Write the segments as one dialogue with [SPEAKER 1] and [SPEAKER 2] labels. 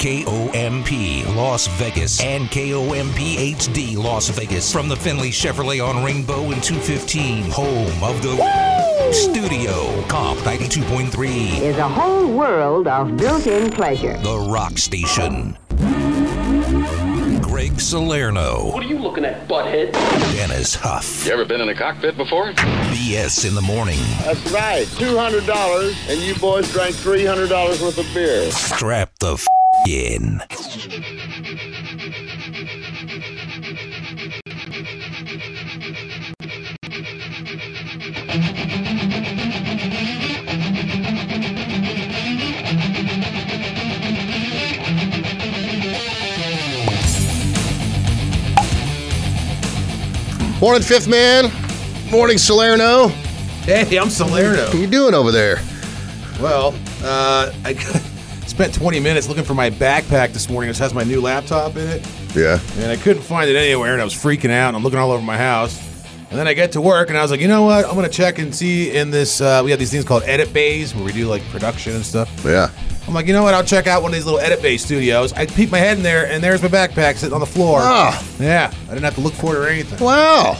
[SPEAKER 1] KOMP Las Vegas and KOMP HD Las Vegas from the Finley Chevrolet on Rainbow and 215, home of the Studio Comp 92.3,
[SPEAKER 2] is a whole world of built-in pleasure.
[SPEAKER 1] the Rock Station. Greg Salerno,
[SPEAKER 3] What are you looking at, butthead?
[SPEAKER 1] Dennis Huff,
[SPEAKER 4] You ever been in a cockpit before?
[SPEAKER 1] BS in the morning.
[SPEAKER 5] That's right. $200, and you boys drank $300 worth of beer.
[SPEAKER 1] Strap the f- in.
[SPEAKER 6] Morning, Fifth Man. Morning, Salerno. How
[SPEAKER 7] Hey, I'm Salerno.
[SPEAKER 6] you doing over there?
[SPEAKER 7] Well, uh, I spent 20 minutes looking for my backpack this morning. It has my new laptop in it,
[SPEAKER 6] Yeah.
[SPEAKER 7] and I couldn't find it anywhere. And I was freaking out. And I'm looking all over my house, and then I get to work, and I was like, you know what? I'm gonna check and see in this. Uh, we have these things called edit bays where we do like production and stuff.
[SPEAKER 6] Yeah.
[SPEAKER 7] I'm like, you know what? I'll check out one of these little edit bay studios. I peep my head in there, and there's my backpack sitting on the floor.
[SPEAKER 6] Ah.
[SPEAKER 7] Yeah, I didn't have to look for it or anything.
[SPEAKER 6] Wow.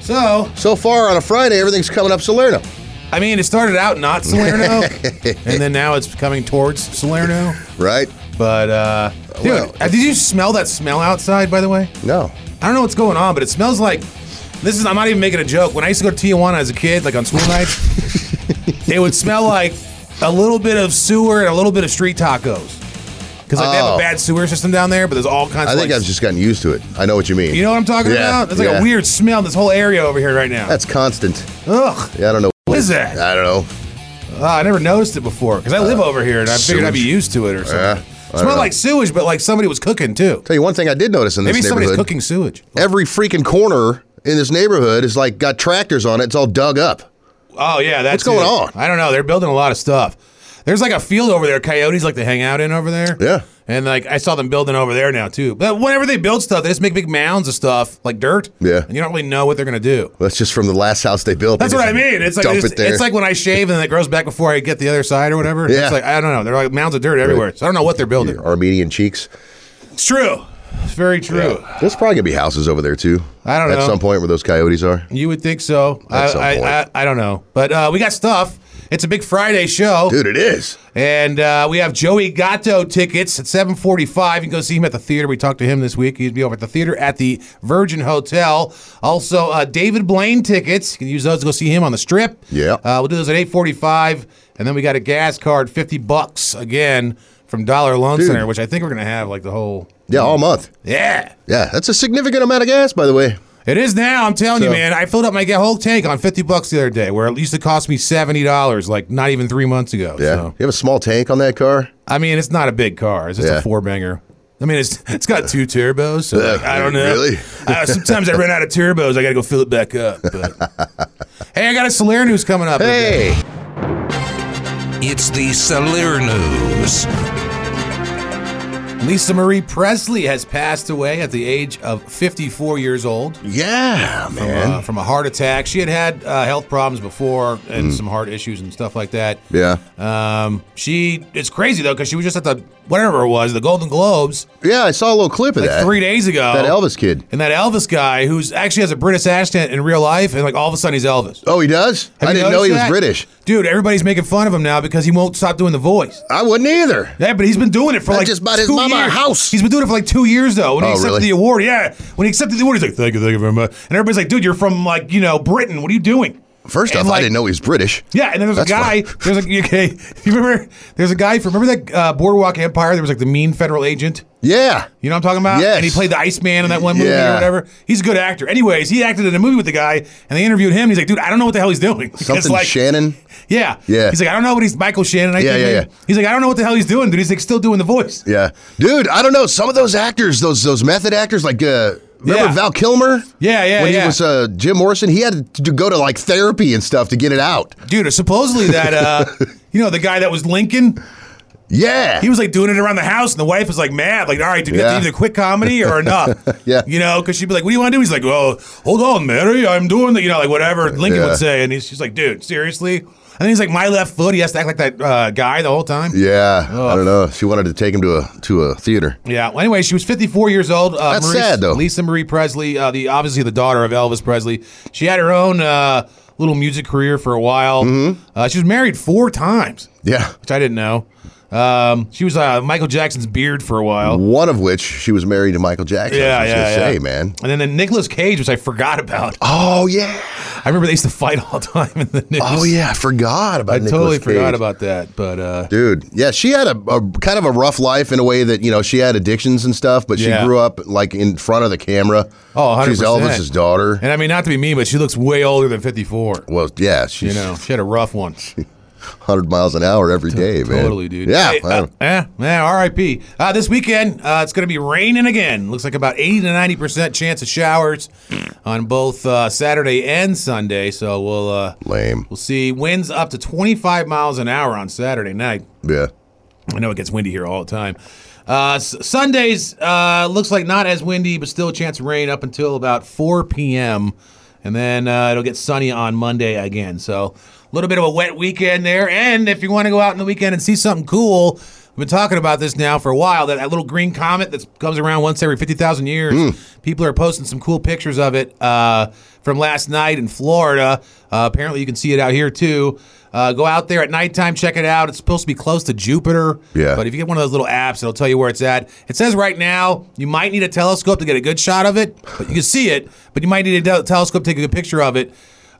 [SPEAKER 7] So
[SPEAKER 6] So far on a Friday, everything's coming up Salerno.
[SPEAKER 7] I mean, it started out not Salerno, and then now it's coming towards Salerno.
[SPEAKER 6] Right?
[SPEAKER 7] But uh, dude,
[SPEAKER 6] Well-
[SPEAKER 7] uh, did you smell that smell outside? By the way,
[SPEAKER 6] No.
[SPEAKER 7] I don't know what's going on, but it smells like. This is I'm not even making a joke. When I used to go to Tijuana as a kid, like on school nights, it would smell like a little bit of sewer and a little bit of street tacos. Because like, they have
[SPEAKER 6] Oh.
[SPEAKER 7] a bad sewer system down there, but there's all kinds.
[SPEAKER 6] I
[SPEAKER 7] of
[SPEAKER 6] think
[SPEAKER 7] like,
[SPEAKER 6] I've just gotten used to it. I know what you mean.
[SPEAKER 7] You know what I'm talking
[SPEAKER 6] Yeah,
[SPEAKER 7] about? There's like
[SPEAKER 6] yeah.
[SPEAKER 7] a weird smell in this whole area over here right now.
[SPEAKER 6] That's constant.
[SPEAKER 7] Ugh.
[SPEAKER 6] Yeah, I don't know.
[SPEAKER 7] What is that?
[SPEAKER 6] I don't know.
[SPEAKER 7] Uh, I never noticed it before because I live over here and I figured I'd be
[SPEAKER 6] sewage.
[SPEAKER 7] used to it or something.
[SPEAKER 6] Yeah, I
[SPEAKER 7] It smelled
[SPEAKER 6] don't
[SPEAKER 7] like sewage, but like somebody was cooking too.
[SPEAKER 6] Tell you one thing I did notice in this
[SPEAKER 7] Maybe somebody's
[SPEAKER 6] neighborhood.
[SPEAKER 7] cooking sewage.
[SPEAKER 6] Every freaking corner in this neighborhood is like got tractors on it. It's all dug up.
[SPEAKER 7] Oh yeah,
[SPEAKER 6] What's
[SPEAKER 7] that's
[SPEAKER 6] going
[SPEAKER 7] it.
[SPEAKER 6] on?
[SPEAKER 7] I don't know. They're building a lot of stuff. There's like a field over there. Coyotes like to hang out in over there.
[SPEAKER 6] Yeah.
[SPEAKER 7] And like I saw them building over there now too. But whenever they build stuff, they just make big mounds of stuff like dirt.
[SPEAKER 6] Yeah.
[SPEAKER 7] And you don't really know what they're gonna do.
[SPEAKER 6] That's just from the last house they built. They
[SPEAKER 7] That's what I
[SPEAKER 6] just
[SPEAKER 7] mean. It's like
[SPEAKER 6] dump
[SPEAKER 7] they just-
[SPEAKER 6] it there.
[SPEAKER 7] it's like when I shave and then it grows back before I get the other side or whatever.
[SPEAKER 6] Yeah.
[SPEAKER 7] It's like I don't know. They're like mounds of dirt everywhere. So I don't know what they're building.
[SPEAKER 6] Your Armenian cheeks.
[SPEAKER 7] It's true. It's very true.
[SPEAKER 6] There's probably gonna be houses over there too.
[SPEAKER 7] I don't
[SPEAKER 6] At
[SPEAKER 7] know.
[SPEAKER 6] some point where those coyotes are.
[SPEAKER 7] You would think so. I,
[SPEAKER 6] At some point.
[SPEAKER 7] I, I I don't know. But uh, we got stuff. It's a big Friday show.
[SPEAKER 6] Dude, it is.
[SPEAKER 7] And uh, we have Joey Gatto tickets at 7:45. You can go see him at the theater. We talked to him this week. He'd be over at the theater at the Virgin Hotel. Also, uh, David Blaine tickets. You can use those to go see him on the Strip.
[SPEAKER 6] Yeah.
[SPEAKER 7] Uh, we'll do those at 8:45, and then we got a gas card, 50 bucks again from Dollar Loan
[SPEAKER 6] Dude.
[SPEAKER 7] Center, which I think we're gonna have like the whole.
[SPEAKER 6] Yeah, all month.
[SPEAKER 7] Yeah.
[SPEAKER 6] Yeah, that's a significant amount of gas, by the way.
[SPEAKER 7] It is now. I'm telling you,
[SPEAKER 6] So-
[SPEAKER 7] man. I filled up my ga- whole tank on 50 bucks the other day, where it used to cost me 70 dollars, like not even three months ago.
[SPEAKER 6] Yeah,
[SPEAKER 7] So.
[SPEAKER 6] you have a small tank on that car.
[SPEAKER 7] I mean, it's not a big car. It's just
[SPEAKER 6] Yeah.
[SPEAKER 7] a four banger. I mean, it's it's got two turbos. So
[SPEAKER 6] Uh,
[SPEAKER 7] like, I don't know.
[SPEAKER 6] really?
[SPEAKER 7] I, sometimes I run out of turbos. I got to go fill it back up. But. hey, I got a Solar news coming up. in a bit.
[SPEAKER 6] Hey,
[SPEAKER 1] It's the Salerno News.
[SPEAKER 7] Lisa Marie Presley has passed away at the age of 54 years old.
[SPEAKER 6] yeah, man.
[SPEAKER 7] uh, from a heart attack. She had had uh, health problems before and some heart issues and stuff like that.
[SPEAKER 6] Mm. Yeah.
[SPEAKER 7] Um, she it's crazy though because she was just at the whatever it was the Golden Globes
[SPEAKER 6] yeah, I saw a little clip of
[SPEAKER 7] like
[SPEAKER 6] that.
[SPEAKER 7] three Oh. days ago.
[SPEAKER 6] that Elvis kid.
[SPEAKER 7] and that Elvis guy who's actually has a British accent in real life and like all of a sudden he's Elvis.
[SPEAKER 6] Oh, he does.
[SPEAKER 7] Have
[SPEAKER 6] I
[SPEAKER 7] you
[SPEAKER 6] didn't know
[SPEAKER 7] noticed
[SPEAKER 6] he was
[SPEAKER 7] that?
[SPEAKER 6] British.
[SPEAKER 7] Dude, everybody's making fun of him now because he won't stop doing the voice.
[SPEAKER 6] I wouldn't either.
[SPEAKER 7] Yeah, but he's been doing it for
[SPEAKER 6] I
[SPEAKER 7] like
[SPEAKER 6] just bought his
[SPEAKER 7] two
[SPEAKER 6] mama a
[SPEAKER 7] years.
[SPEAKER 6] house.
[SPEAKER 7] He's been doing it for like two years though. When
[SPEAKER 6] Oh,
[SPEAKER 7] he accepted
[SPEAKER 6] really?
[SPEAKER 7] the award, yeah. When he accepted the award, he's like, "Thank you, thank you very much." And everybody's like, "Dude, you're from like you know Britain. What are you doing?"
[SPEAKER 6] First
[SPEAKER 7] And,
[SPEAKER 6] off, I
[SPEAKER 7] like-
[SPEAKER 6] didn't know he was British.
[SPEAKER 7] Yeah, and then there's
[SPEAKER 6] That's
[SPEAKER 7] a guy. There's a okay. You remember? There's a guy. From, remember that uh, Boardwalk Empire? There was like the mean federal agent.
[SPEAKER 6] Yeah.
[SPEAKER 7] You know what I'm talking about?
[SPEAKER 6] Yes.
[SPEAKER 7] And he played the Iceman in that one movie
[SPEAKER 6] Yeah.
[SPEAKER 7] or whatever. He's a good actor. Anyways, he acted in a movie with the guy, and they interviewed him. And he's like, dude, I don't know what the hell he's doing. Because,
[SPEAKER 6] Something
[SPEAKER 7] like,
[SPEAKER 6] Shannon.
[SPEAKER 7] Yeah.
[SPEAKER 6] Yeah.
[SPEAKER 7] He's like, I don't know what he's Michael Shannon. I
[SPEAKER 6] Yeah,
[SPEAKER 7] think
[SPEAKER 6] yeah,
[SPEAKER 7] maybe.
[SPEAKER 6] yeah.
[SPEAKER 7] He's like, I don't know what the hell he's doing, dude. He's like still doing the voice.
[SPEAKER 6] Yeah, dude. I don't know. Some of those actors, those those method actors, like uh, remember
[SPEAKER 7] Yeah.
[SPEAKER 6] Val Kilmer?
[SPEAKER 7] Yeah, yeah,
[SPEAKER 6] When he
[SPEAKER 7] yeah.
[SPEAKER 6] was uh, Jim Morrison, he had to go to like therapy and stuff to get it out.
[SPEAKER 7] Dude, supposedly that uh you know, the guy that was Lincoln,
[SPEAKER 6] Yeah.
[SPEAKER 7] he was like doing it around the house, and the wife was like mad, like, all right, dude, you
[SPEAKER 6] Yeah.
[SPEAKER 7] have to either quit comedy or enough.
[SPEAKER 6] Yeah.
[SPEAKER 7] You know, because she'd be like, what do you want to do? He's like, well, hold on, Mary, I'm doing the, you know, like whatever Lincoln
[SPEAKER 6] Yeah.
[SPEAKER 7] would say. And he's, she's like, dude, seriously? I think he's like my left foot. He has to act like that uh, guy the whole time.
[SPEAKER 6] Yeah, I don't know. She wanted to take him to a to a theater.
[SPEAKER 7] Yeah. Well, anyway, she was 54 years old. Uh,
[SPEAKER 6] That's
[SPEAKER 7] Maurice-
[SPEAKER 6] sad, though.
[SPEAKER 7] Lisa Marie Presley, uh, the obviously the daughter of Elvis Presley. She had her own uh, little music career for a while.
[SPEAKER 6] Mm-hmm.
[SPEAKER 7] Uh, she was married four times,
[SPEAKER 6] Yeah,
[SPEAKER 7] which I didn't know. Um, she was uh, Michael Jackson's beard for a while.
[SPEAKER 6] one of which she was married to Michael Jackson.
[SPEAKER 7] Yeah,
[SPEAKER 6] I was
[SPEAKER 7] yeah,
[SPEAKER 6] gonna
[SPEAKER 7] yeah.
[SPEAKER 6] say, man.
[SPEAKER 7] And then the Nicolas Cage, which I forgot about.
[SPEAKER 6] Oh yeah,
[SPEAKER 7] I remember they used to fight all the time in the news.
[SPEAKER 6] oh yeah. I forgot about.
[SPEAKER 7] I totally
[SPEAKER 6] Nicolas
[SPEAKER 7] forgot
[SPEAKER 6] Cage.
[SPEAKER 7] about that. But uh,
[SPEAKER 6] Dude, yeah, she had a, a kind of a rough life in a way that you know she had addictions and stuff, but
[SPEAKER 7] Yeah.
[SPEAKER 6] she grew up like in front of the camera.
[SPEAKER 7] Oh, 100%.
[SPEAKER 6] she's Elvis's daughter.
[SPEAKER 7] and I mean, not to be mean, but she looks way older than 54.
[SPEAKER 6] Well, yeah, she's
[SPEAKER 7] You know, she had a rough one.
[SPEAKER 6] 100 miles an hour every day, man.
[SPEAKER 7] Totally, dude.
[SPEAKER 6] Yeah,
[SPEAKER 7] Hey,
[SPEAKER 6] I
[SPEAKER 7] uh,
[SPEAKER 6] don't-
[SPEAKER 7] yeah, yeah. R.I.P. Uh, this weekend, uh, it's going to be raining again. Looks like about eighty to ninety percent chance of showers on both uh, Saturday and Sunday. So we'll uh,
[SPEAKER 6] lame.
[SPEAKER 7] we'll see. Winds up to twenty five miles an hour on Saturday night.
[SPEAKER 6] Yeah,
[SPEAKER 7] I know it gets windy here all the time. Uh, S- Sundays uh, looks like not as windy, but still a chance of rain up until about 4 p.m. And then uh, it'll get sunny on Monday again. So a little bit of a wet weekend there. And if you want to go out in the weekend and see something cool, we've been talking about this now for a while. That, that little green comet that comes around once every 50,000 years. People are posting some cool pictures of it uh, from last night in Florida. Uh, apparently, you can see it out here too. Uh, go out there at nighttime, check it out. It's supposed to be close to Jupiter.
[SPEAKER 6] Yeah.
[SPEAKER 7] But if you get one of those little apps, it'll tell you where it's at. It says right now you might need a telescope to get a good shot of it, but you can see it. But you might need a tel- telescope to take a good picture of it.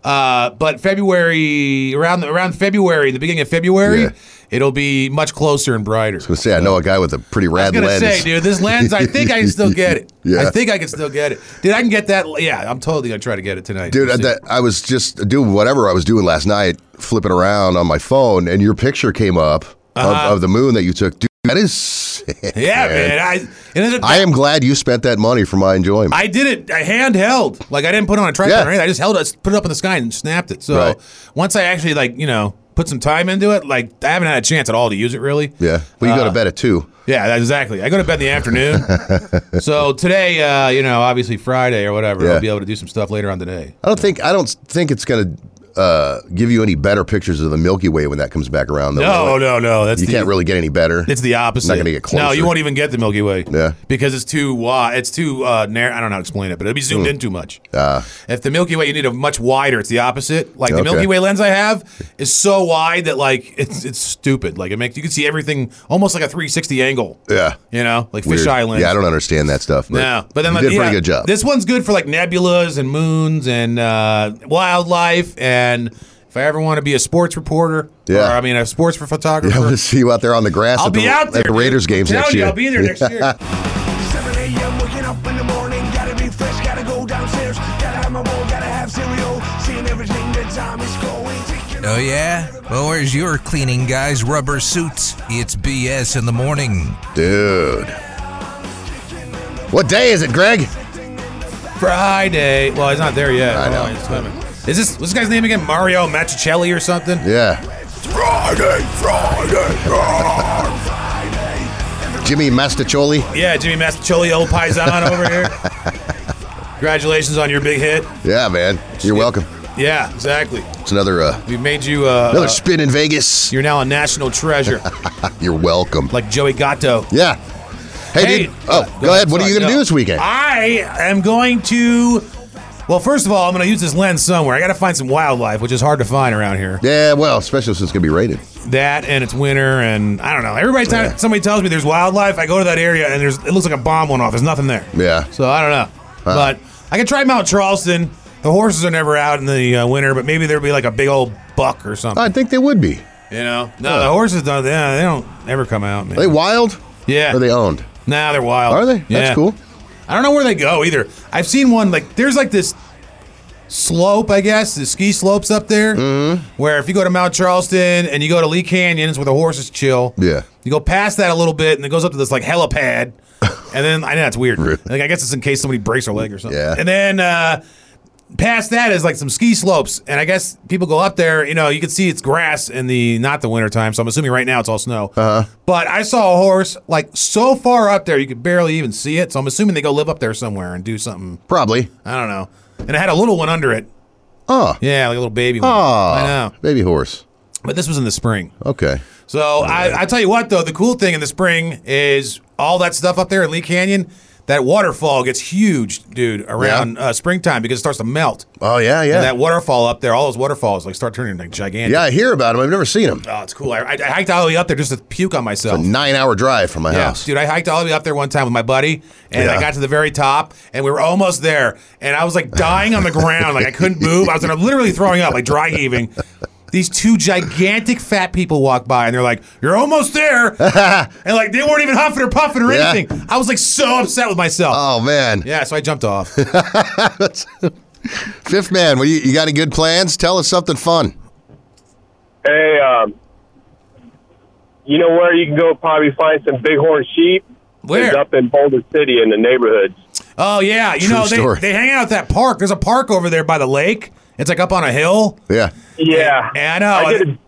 [SPEAKER 7] Uh, but February around around February, the beginning of February,
[SPEAKER 6] Yeah.
[SPEAKER 7] it'll be much closer and brighter.
[SPEAKER 6] I say I know a guy with a pretty
[SPEAKER 7] uh, I was
[SPEAKER 6] rad
[SPEAKER 7] gonna
[SPEAKER 6] lens.
[SPEAKER 7] say, dude, this lens, I think I can still get it.
[SPEAKER 6] Yeah.
[SPEAKER 7] I think I can still get it, dude. I can get that. Yeah, I'm totally gonna try to get it tonight,
[SPEAKER 6] Dude,
[SPEAKER 7] We'll see.
[SPEAKER 6] that, I was just doing whatever I was doing last night, flipping around on my phone, and your picture came up
[SPEAKER 7] Uh-huh.
[SPEAKER 6] of, of the moon that you took. Dude, that is sick,
[SPEAKER 7] yeah, man. I, and it's a-
[SPEAKER 6] I am glad you spent that money for my enjoyment.
[SPEAKER 7] I did it I handheld. Like I didn't put it on a tripod
[SPEAKER 6] Yeah.
[SPEAKER 7] or anything. I just held it, put it up in the sky, and snapped it. So
[SPEAKER 6] Right.
[SPEAKER 7] once I actually like you know put some time into it, like I haven't had a chance at all to use it really.
[SPEAKER 6] yeah, well, you
[SPEAKER 7] uh,
[SPEAKER 6] go to bed at two.
[SPEAKER 7] Yeah, that- exactly. I go to bed in the afternoon. so today, uh, you know, obviously Friday or whatever,
[SPEAKER 6] Yeah.
[SPEAKER 7] I'll be able to do some stuff later on today.
[SPEAKER 6] I don't think I don't think it's gonna uh, give you any better pictures of the Milky Way when that comes back around. Though, will
[SPEAKER 7] No,
[SPEAKER 6] it?
[SPEAKER 7] no, no. That's
[SPEAKER 6] you
[SPEAKER 7] the,
[SPEAKER 6] can't really get any better.
[SPEAKER 7] It's the opposite.
[SPEAKER 6] Not gonna get
[SPEAKER 7] No,
[SPEAKER 6] closer.
[SPEAKER 7] you won't even get the Milky Way.
[SPEAKER 6] Yeah.
[SPEAKER 7] because it's too wide. It's too uh, narrow. I don't know how to explain it, but it'll be zoomed in too much.
[SPEAKER 6] Ah.
[SPEAKER 7] if the Milky Way, you need a much wider. It's the opposite. Like the
[SPEAKER 6] Okay.
[SPEAKER 7] Milky Way lens I have is so wide that like it's it's stupid. Like it makes you can see everything almost like a 360 angle.
[SPEAKER 6] Yeah.
[SPEAKER 7] you know, like
[SPEAKER 6] Weird.
[SPEAKER 7] fisheye lens.
[SPEAKER 6] Yeah, I don't understand that stuff. But
[SPEAKER 7] No, but then
[SPEAKER 6] you
[SPEAKER 7] like,
[SPEAKER 6] did a
[SPEAKER 7] yeah,
[SPEAKER 6] pretty good job.
[SPEAKER 7] This one's good for like nebulas and moons and uh, wildlife. And if I ever want to be a sports reporter,
[SPEAKER 6] Yeah.
[SPEAKER 7] or I mean a sports photographer,
[SPEAKER 6] I want to see you out there on the grass.
[SPEAKER 7] I'll
[SPEAKER 6] at the,
[SPEAKER 7] be out there
[SPEAKER 6] at the Raiders
[SPEAKER 7] dude.
[SPEAKER 6] games
[SPEAKER 7] I'm
[SPEAKER 6] next
[SPEAKER 7] telling you,
[SPEAKER 6] year.
[SPEAKER 7] I'll be there next year.
[SPEAKER 4] 7 a.m. waking up in the morning, gotta be fresh, gotta go downstairs, gotta have my bowl, gotta have cereal, seeing everything that time is going. taking
[SPEAKER 1] Oh, yeah? Well, where's your cleaning guy's rubber suits? It's BS in the morning.
[SPEAKER 6] Dude. What day is it, Greg?
[SPEAKER 7] Friday. Well, he's not there yet.
[SPEAKER 6] I know.
[SPEAKER 7] Hold on, he's swimming. Is this what's this guy's name again? Mario Machicelli or something?
[SPEAKER 6] Yeah.
[SPEAKER 4] Friday, Friday,
[SPEAKER 6] Jimmy Mastacholi.
[SPEAKER 7] Yeah, Jimmy Masticelli, old paisan over here. Congratulations on your big hit.
[SPEAKER 6] Yeah, man. You're welcome.
[SPEAKER 7] Yeah, exactly.
[SPEAKER 6] It's another uh,
[SPEAKER 7] We've made you. Uh,
[SPEAKER 6] another
[SPEAKER 7] uh,
[SPEAKER 6] spin in Vegas.
[SPEAKER 7] you're now a national treasure,
[SPEAKER 6] You're welcome.
[SPEAKER 7] like Joey Gatto.
[SPEAKER 6] Yeah. Hey, dude. Oh,
[SPEAKER 7] uh,
[SPEAKER 6] go, ahead. What are
[SPEAKER 7] Sorry,
[SPEAKER 6] you going to
[SPEAKER 7] no.
[SPEAKER 6] do this weekend?
[SPEAKER 7] I am going to. Well, first of all, I'm going to use this lens somewhere. I got to find some wildlife, which is hard to find around here.
[SPEAKER 6] yeah, well, especially since it's going to be rated.
[SPEAKER 7] That and it's winter, and I don't know. Everybody, time
[SPEAKER 6] Yeah.
[SPEAKER 7] somebody tells me there's wildlife, I go to that area and there's it looks like a bomb went off. There's nothing there.
[SPEAKER 6] Yeah.
[SPEAKER 7] So I don't know,
[SPEAKER 6] Huh.
[SPEAKER 7] but I can try Mount Charleston. The horses are never out in the uh, winter, but maybe there'll be like a big old buck or something.
[SPEAKER 6] I think they would be.
[SPEAKER 7] you know? No, the horses don't. Yeah, they don't ever come out. Man.
[SPEAKER 6] Are they wild?
[SPEAKER 7] yeah.
[SPEAKER 6] Or are they owned?
[SPEAKER 7] Nah, they're wild.
[SPEAKER 6] Are they? That's
[SPEAKER 7] Yeah.
[SPEAKER 6] cool.
[SPEAKER 7] I don't know where they go either. I've seen one like there's like this slope, I guess, the ski slopes up there,
[SPEAKER 6] Mm-hmm.
[SPEAKER 7] where if you go to Mount Charleston and you go to Lee Canyons where the horses chill,
[SPEAKER 6] Yeah.
[SPEAKER 7] you go past that a little bit and it goes up to this like helipad, and then I know that's weird.
[SPEAKER 6] Really?
[SPEAKER 7] Like I guess it's in case somebody breaks their leg or something.
[SPEAKER 6] Yeah.
[SPEAKER 7] and then. uh Past that is like some ski slopes, and I guess people go up there. You know, you can see it's grass in the not the winter time, so I'm assuming right now it's all snow. Uh-huh. But I saw a horse like so far up there you could barely even see it. So I'm assuming they go live up there somewhere and do something.
[SPEAKER 6] Probably.
[SPEAKER 7] I don't know. And it had a little one under it.
[SPEAKER 6] Oh.
[SPEAKER 7] Yeah, like a little baby one.
[SPEAKER 6] Oh.
[SPEAKER 7] I know.
[SPEAKER 6] Baby horse.
[SPEAKER 7] But this was in the spring.
[SPEAKER 6] Okay.
[SPEAKER 7] So I, I tell you what, though, the cool thing in the spring is all that stuff up there in Lee Canyon. That waterfall gets huge, dude, around uh, springtime because it starts to melt.
[SPEAKER 6] Oh yeah, yeah,
[SPEAKER 7] And that waterfall up there, all those waterfalls, like start turning like gigantic.
[SPEAKER 6] yeah. I hear about him. I've never seen him.
[SPEAKER 7] Oh, it's cool. I, I, I hiked all the way up there just to puke on myself.
[SPEAKER 6] Nine-hour drive from my
[SPEAKER 7] Yeah,
[SPEAKER 6] house.
[SPEAKER 7] dude, I hiked all the way up there one time with my buddy, and I
[SPEAKER 6] Yeah.
[SPEAKER 7] got to the very top, and we were almost there, and I was like dying on the ground, like I couldn't move. I was literally throwing up, like dry heaving. These two gigantic fat people walk by, and they're like, "You're almost there," and like they weren't even huffing or puffing or
[SPEAKER 6] Yeah.
[SPEAKER 7] anything. I was like so upset with myself.
[SPEAKER 6] Oh man,
[SPEAKER 7] yeah, so I jumped off.
[SPEAKER 6] Fifth Man, what do you, you got any good plans? Tell us something fun.
[SPEAKER 8] Hey, um, you know where you can go probably find some bighorn sheep? It's
[SPEAKER 7] Where?
[SPEAKER 8] up in Boulder City in the neighborhoods.
[SPEAKER 7] Oh yeah, you
[SPEAKER 6] True
[SPEAKER 7] know they,
[SPEAKER 6] story.
[SPEAKER 7] they hang out at that park. There's a park over there by the lake. It's like up on a hill.
[SPEAKER 6] Yeah.
[SPEAKER 8] Yeah,
[SPEAKER 7] Yeah, I know.
[SPEAKER 8] did a,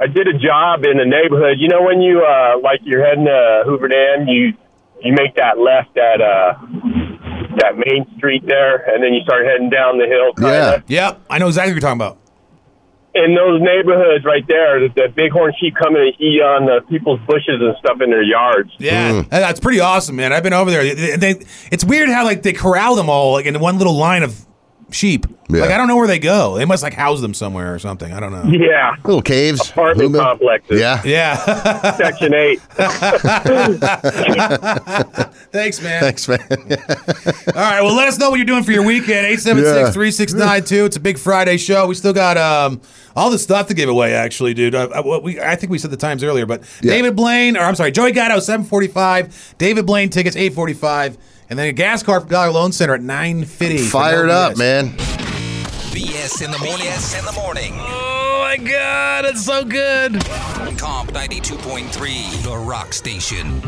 [SPEAKER 8] I did a job in the neighborhood. You know when you uh, like you're heading to Hoover Dam, you you make that left at uh, that main street there, and then you start heading down the hill.
[SPEAKER 6] Yeah.
[SPEAKER 8] Kinda.
[SPEAKER 7] Yep, I know exactly what you're talking about.
[SPEAKER 8] In those neighborhoods right there, the, the bighorn sheep come and eat on the people's bushes and stuff in their yards.
[SPEAKER 6] Hmm.
[SPEAKER 7] Yeah, that- that's pretty awesome, man. I've been over there. They, they- it's weird how like they corral them all like in one little line of sheep.
[SPEAKER 6] Yeah.
[SPEAKER 7] Like I don't know where they go. They must like house them somewhere or something. I don't know.
[SPEAKER 8] Yeah,
[SPEAKER 6] Little caves.
[SPEAKER 8] apartment
[SPEAKER 6] Lumba.
[SPEAKER 8] complexes.
[SPEAKER 6] Yeah.
[SPEAKER 7] Yeah.
[SPEAKER 8] Section eight.
[SPEAKER 7] Thanks, man.
[SPEAKER 6] Thanks, man.
[SPEAKER 7] All right. Well, let us know what you're doing for your weekend. 876 3692. It's a big Friday show. We still got um, all the stuff to give away, actually, dude. I, I, what we, I think we said the times earlier, but
[SPEAKER 6] Yeah.
[SPEAKER 7] David Blaine, or I'm sorry, Joey Gatto, 745. David Blaine tickets, 845. And then a gas card from Dollar Loan Center at 950. for
[SPEAKER 6] Fired
[SPEAKER 7] no
[SPEAKER 6] up,
[SPEAKER 7] BS.
[SPEAKER 6] man.
[SPEAKER 1] BS in the morning. BS in the morning.
[SPEAKER 7] Oh my god, it's so good.
[SPEAKER 1] Comp 92.3, The Rock Station.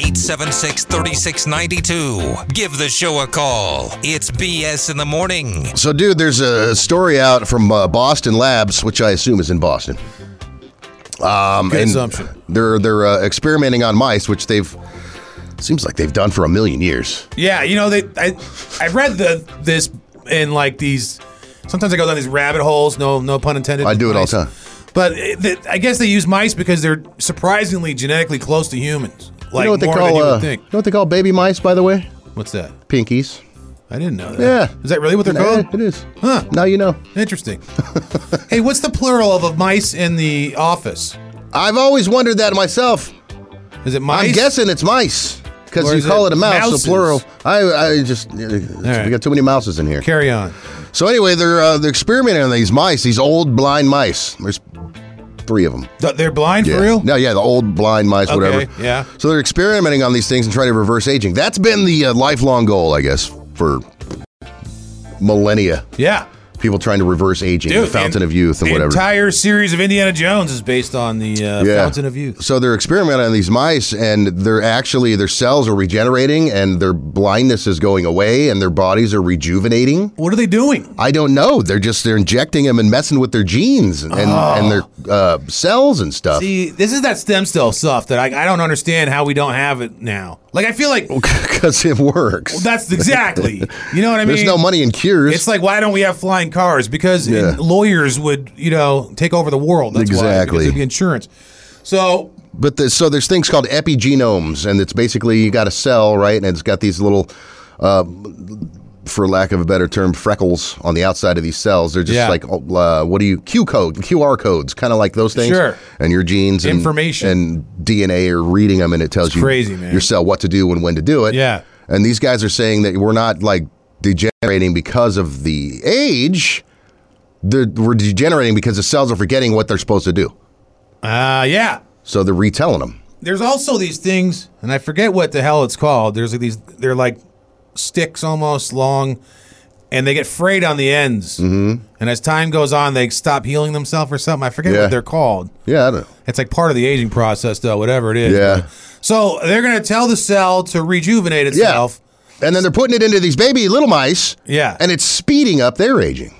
[SPEAKER 1] Eight seven six thirty six ninety two. Give the show a call. It's BS in the morning.
[SPEAKER 6] So, dude, there's a story out from uh, Boston Labs, which I assume is in Boston. Um,
[SPEAKER 7] Good
[SPEAKER 6] and
[SPEAKER 7] assumption.
[SPEAKER 6] They're they're uh, experimenting on mice, which they've seems like they've done for a million years.
[SPEAKER 7] Yeah, you know they I I read the this in like these sometimes I go down these rabbit holes, no no pun intended.
[SPEAKER 6] I do it all the time.
[SPEAKER 7] But it, the, I guess they use mice because they're surprisingly genetically close to humans. Like
[SPEAKER 6] you know what they
[SPEAKER 7] more
[SPEAKER 6] call
[SPEAKER 7] than you
[SPEAKER 6] uh,
[SPEAKER 7] would think.
[SPEAKER 6] you know what they call baby mice, by the way?
[SPEAKER 7] What's that?
[SPEAKER 6] Pinkies.
[SPEAKER 7] I didn't know that.
[SPEAKER 6] Yeah.
[SPEAKER 7] Is that really what they're
[SPEAKER 6] Yeah,
[SPEAKER 7] called?
[SPEAKER 6] it is.
[SPEAKER 7] Huh.
[SPEAKER 6] Now you know.
[SPEAKER 7] Interesting. hey, what's the plural of, of mice in the office?
[SPEAKER 6] I've always wondered that myself.
[SPEAKER 7] Is it mice?
[SPEAKER 6] I'm guessing it's mice because
[SPEAKER 7] Or
[SPEAKER 6] you
[SPEAKER 7] is
[SPEAKER 6] call it,
[SPEAKER 7] it
[SPEAKER 6] a mouse,
[SPEAKER 7] mouses?
[SPEAKER 6] so plural. I, I just uh, we got too many mouses in here.
[SPEAKER 7] Carry on.
[SPEAKER 6] So anyway, they're uh, they're experimenting on these mice, these old blind mice. There's three of them.
[SPEAKER 7] Th- They're blind
[SPEAKER 6] Yeah.
[SPEAKER 7] for real?
[SPEAKER 6] No, yeah, the old blind mice,
[SPEAKER 7] Okay,
[SPEAKER 6] whatever.
[SPEAKER 7] yeah.
[SPEAKER 6] So they're experimenting on these things and trying to reverse aging. That's been the uh, lifelong goal, I guess, for millennia.
[SPEAKER 7] Yeah.
[SPEAKER 6] People trying to reverse aging, the
[SPEAKER 7] Dude,
[SPEAKER 6] fountain
[SPEAKER 7] the-
[SPEAKER 6] of youth, and
[SPEAKER 7] the
[SPEAKER 6] whatever.
[SPEAKER 7] entire series of Indiana Jones is based on the uh,
[SPEAKER 6] Yeah.
[SPEAKER 7] Fountain of Youth.
[SPEAKER 6] So they're experimenting on these mice, and they're actually their cells are regenerating, and their blindness is going away, and their bodies are rejuvenating.
[SPEAKER 7] What are they doing?
[SPEAKER 6] I don't know. They're just they're injecting them and messing with their genes and and their uh, cells and stuff.
[SPEAKER 7] Ah. See, this is that stem cell stuff that I, I don't understand how we don't have it now. Like, I feel like
[SPEAKER 6] Because it works.
[SPEAKER 7] that's exactly, you know what I mean?
[SPEAKER 6] There's no money in cures.
[SPEAKER 7] It's like, why don't we have flying cars? Because
[SPEAKER 6] Yeah.
[SPEAKER 7] lawyers would, you know, take over the world. That's
[SPEAKER 6] Exactly.
[SPEAKER 7] Why, because of the insurance. So,
[SPEAKER 6] but the, so there's things called epigenomes, and it's basically you got a cell, right, and it's got these little. Uh, for lack of a better term, freckles on the outside of these cells. They're just
[SPEAKER 7] Yeah.
[SPEAKER 6] like, oh, uh, what do you, Q code, QR codes, kind of like those things.
[SPEAKER 7] Sure.
[SPEAKER 6] And your genes and
[SPEAKER 7] Information.
[SPEAKER 6] and DNA are reading them, and it tells you
[SPEAKER 7] crazy, man.
[SPEAKER 6] your cell what to do and when to do it.
[SPEAKER 7] Yeah.
[SPEAKER 6] And these guys are saying that we're not like degenerating because of the age. They're, we're degenerating because the cells are forgetting what they're supposed to do.
[SPEAKER 7] uh, yeah.
[SPEAKER 6] So they're retelling them.
[SPEAKER 7] There's also these things, and I forget what the hell it's called. There's like these, they're like sticks almost long, and they get frayed on the ends. Mm-hmm. And as time goes on, they stop healing themselves or something. I forget
[SPEAKER 6] Yeah.
[SPEAKER 7] what they're called.
[SPEAKER 6] Yeah, I don't know.
[SPEAKER 7] It's like part of the aging process, though, whatever it is.
[SPEAKER 6] Yeah.
[SPEAKER 7] So they're going to tell the cell to rejuvenate
[SPEAKER 6] Yeah.
[SPEAKER 7] itself.
[SPEAKER 6] And then they're putting it into these baby little mice.
[SPEAKER 7] Yeah.
[SPEAKER 6] And it's speeding up their aging.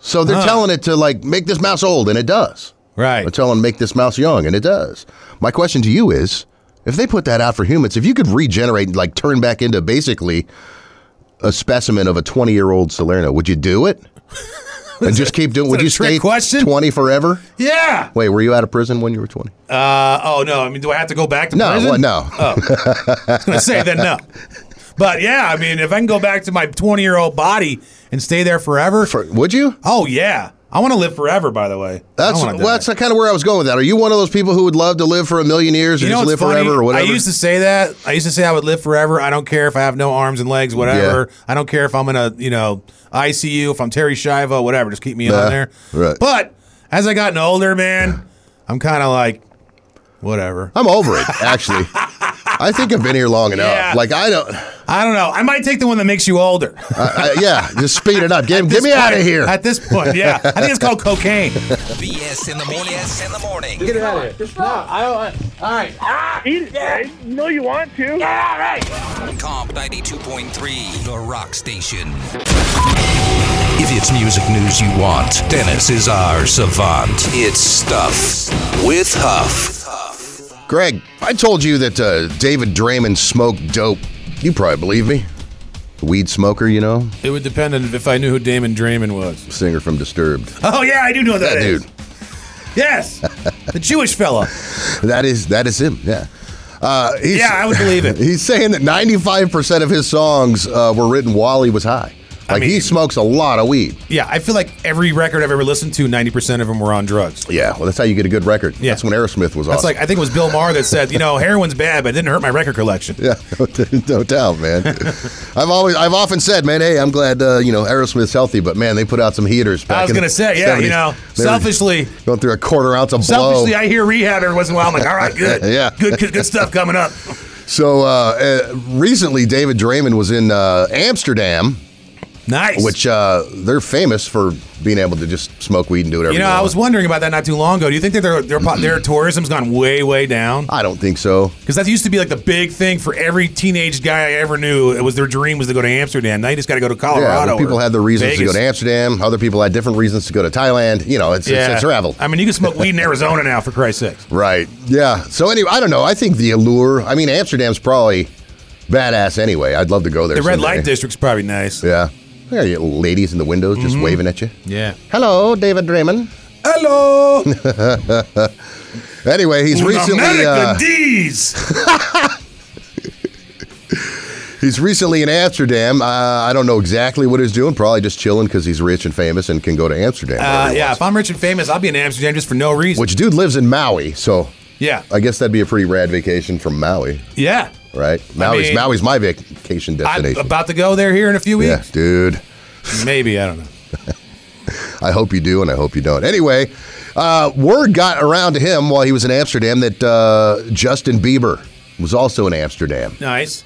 [SPEAKER 6] So they're
[SPEAKER 7] Huh.
[SPEAKER 6] telling it to like make this mouse old, and it does.
[SPEAKER 7] Right.
[SPEAKER 6] They're telling make this mouse young, and it does. My question to you is If they put that out for humans, if you could regenerate, like turn back into basically a specimen of a 20 year old Salerno, would you do it? and just keep doing.
[SPEAKER 7] is
[SPEAKER 6] Would
[SPEAKER 7] that
[SPEAKER 6] you
[SPEAKER 7] a trick
[SPEAKER 6] stay
[SPEAKER 7] question?
[SPEAKER 6] 20 forever?
[SPEAKER 7] Yeah.
[SPEAKER 6] Wait, were you out of prison when you were 20?
[SPEAKER 7] Uh, oh no. I mean, do I have to go back to
[SPEAKER 6] No,
[SPEAKER 7] prison? Oh.
[SPEAKER 6] well, no.
[SPEAKER 7] gonna say then no. But yeah, I mean, if I can go back to my 20 year old body and stay there forever,
[SPEAKER 6] For- would you?
[SPEAKER 7] oh yeah, I want to live forever. By the way,
[SPEAKER 6] That's
[SPEAKER 7] I wanna
[SPEAKER 6] well,
[SPEAKER 7] die.
[SPEAKER 6] that's kind of where I was going with that. Are you one of those people who would love to live for a million years or
[SPEAKER 7] You know
[SPEAKER 6] just
[SPEAKER 7] what's
[SPEAKER 6] live
[SPEAKER 7] funny?
[SPEAKER 6] forever or whatever?
[SPEAKER 7] I used to say that. I used to say I would live forever. I don't care if I have no arms and legs, whatever. I don't care if I'm in a you know ICU, if I'm Terry Shiva, whatever. Just keep me
[SPEAKER 6] Nah,
[SPEAKER 7] on there.
[SPEAKER 6] right.
[SPEAKER 7] But as I gotten older, man, I'm kind of like, whatever.
[SPEAKER 6] I'm over it, actually. I think I've been here long enough.
[SPEAKER 7] Yeah.
[SPEAKER 6] Like I don't.
[SPEAKER 7] I don't know. I might take the one that makes you older.
[SPEAKER 6] I, I, yeah, just speed it up. Get, get
[SPEAKER 7] This
[SPEAKER 6] me out of
[SPEAKER 7] point-
[SPEAKER 6] here.
[SPEAKER 7] At this point, yeah. I think it's called cocaine.
[SPEAKER 1] BS in the morning. BS in the morning.
[SPEAKER 9] No, you want to.
[SPEAKER 1] Comp 92.3, The Rock Station. If it's music news you want, Dennis is our savant. It's Stuff with Huff.
[SPEAKER 6] Greg, if I told you that uh, David Draymond smoked dope, you probably believe me. The weed smoker, you know,
[SPEAKER 7] It would depend on if I knew who Damon Draymond was.
[SPEAKER 6] singer from Disturbed.
[SPEAKER 7] Oh yeah, I do know who that
[SPEAKER 6] That
[SPEAKER 7] is.
[SPEAKER 6] dude.
[SPEAKER 7] Yes, the Jewish fella.
[SPEAKER 6] That is that is him. Yeah. Uh, he's-
[SPEAKER 7] Yeah, I would believe it.
[SPEAKER 6] He's saying that 95% of his songs uh, were written while he was high. Like he
[SPEAKER 7] mean-
[SPEAKER 6] smokes a lot of weed.
[SPEAKER 7] Yeah, I feel like every record I've ever listened to, ninety percent of them were on drugs.
[SPEAKER 6] Yeah, well, that's how you get a good record.
[SPEAKER 7] Yeah.
[SPEAKER 6] That's when Aerosmith was
[SPEAKER 7] That's
[SPEAKER 6] awesome.
[SPEAKER 7] like I think it was Bill Maher that said, you know, heroin's bad, but it didn't hurt my record collection.
[SPEAKER 6] Yeah, no doubt, man. I've always, I've often said, man, hey, I'm glad uh, you know Aerosmith's healthy, but man, they put out some heaters. Back
[SPEAKER 7] I was
[SPEAKER 6] in the
[SPEAKER 7] gonna say, yeah, you
[SPEAKER 6] 70s.
[SPEAKER 7] know,
[SPEAKER 6] They were
[SPEAKER 7] selfishly-
[SPEAKER 6] going through a quarter ounce of blow.
[SPEAKER 7] Selfishly, I hear rehab every once in a while. I'm like, all right, good,
[SPEAKER 6] Yeah.
[SPEAKER 7] good, good, good stuff coming up.
[SPEAKER 6] so uh, uh, recently, David Draymond was in uh, Amsterdam,
[SPEAKER 7] Nice.
[SPEAKER 6] which uh, they're famous for being able to just smoke weed and do whatever.
[SPEAKER 7] you know,
[SPEAKER 6] they
[SPEAKER 7] I
[SPEAKER 6] want.
[SPEAKER 7] was wondering about that not too long ago. Do you think that their their, po- their tourism's gone way way down?
[SPEAKER 6] I don't think so.
[SPEAKER 7] Because that used to be like the big thing for every teenage guy I ever knew. It was their dream was to go to Amsterdam. Now you just got to go to
[SPEAKER 6] Yeah,
[SPEAKER 7] Colorado.
[SPEAKER 6] well, people
[SPEAKER 7] or
[SPEAKER 6] had their reasons to go
[SPEAKER 7] Vegas.
[SPEAKER 6] to Amsterdam. Other people had different reasons to go to Thailand. You know, it's it's, it's travel.
[SPEAKER 7] I mean, you can smoke weed in Arizona now, for Christ's sake.
[SPEAKER 6] Right. Yeah. So anyway, I don't know. I think the allure. I mean, Amsterdam's probably badass anyway. I'd love to go there.
[SPEAKER 7] The red
[SPEAKER 6] someday.
[SPEAKER 7] light district's probably nice.
[SPEAKER 6] Yeah. There you ladies in the windows just
[SPEAKER 7] Mm-hmm.
[SPEAKER 6] waving at you.
[SPEAKER 7] Yeah.
[SPEAKER 6] Hello, David Draymond.
[SPEAKER 7] Hello,
[SPEAKER 6] Anyway, he's recently
[SPEAKER 7] America
[SPEAKER 6] uh,
[SPEAKER 7] D's.
[SPEAKER 6] he's recently in Amsterdam. Uh, I don't know exactly what he's doing. Probably just chilling because he's rich and famous and can go to Amsterdam. wherever
[SPEAKER 7] Uh,
[SPEAKER 6] he
[SPEAKER 7] yeah,
[SPEAKER 6] wants.
[SPEAKER 7] if I'm rich and famous, I'll be in Amsterdam just for no reason.
[SPEAKER 6] Which dude lives in Maui? So
[SPEAKER 7] yeah,
[SPEAKER 6] I guess that'd be a pretty rad vacation from Maui,
[SPEAKER 7] yeah.
[SPEAKER 6] right? Maui's
[SPEAKER 7] mean-
[SPEAKER 6] Maui's my vacation
[SPEAKER 7] I'm
[SPEAKER 6] destination.
[SPEAKER 7] about to go there here in a few
[SPEAKER 6] yeah,
[SPEAKER 7] weeks.
[SPEAKER 6] dude.
[SPEAKER 7] Maybe I don't know.
[SPEAKER 6] I hope you do, and I hope you don't. Anyway, uh, word got around to him while he was in Amsterdam that uh, Justin Bieber was also in Amsterdam.
[SPEAKER 7] Nice.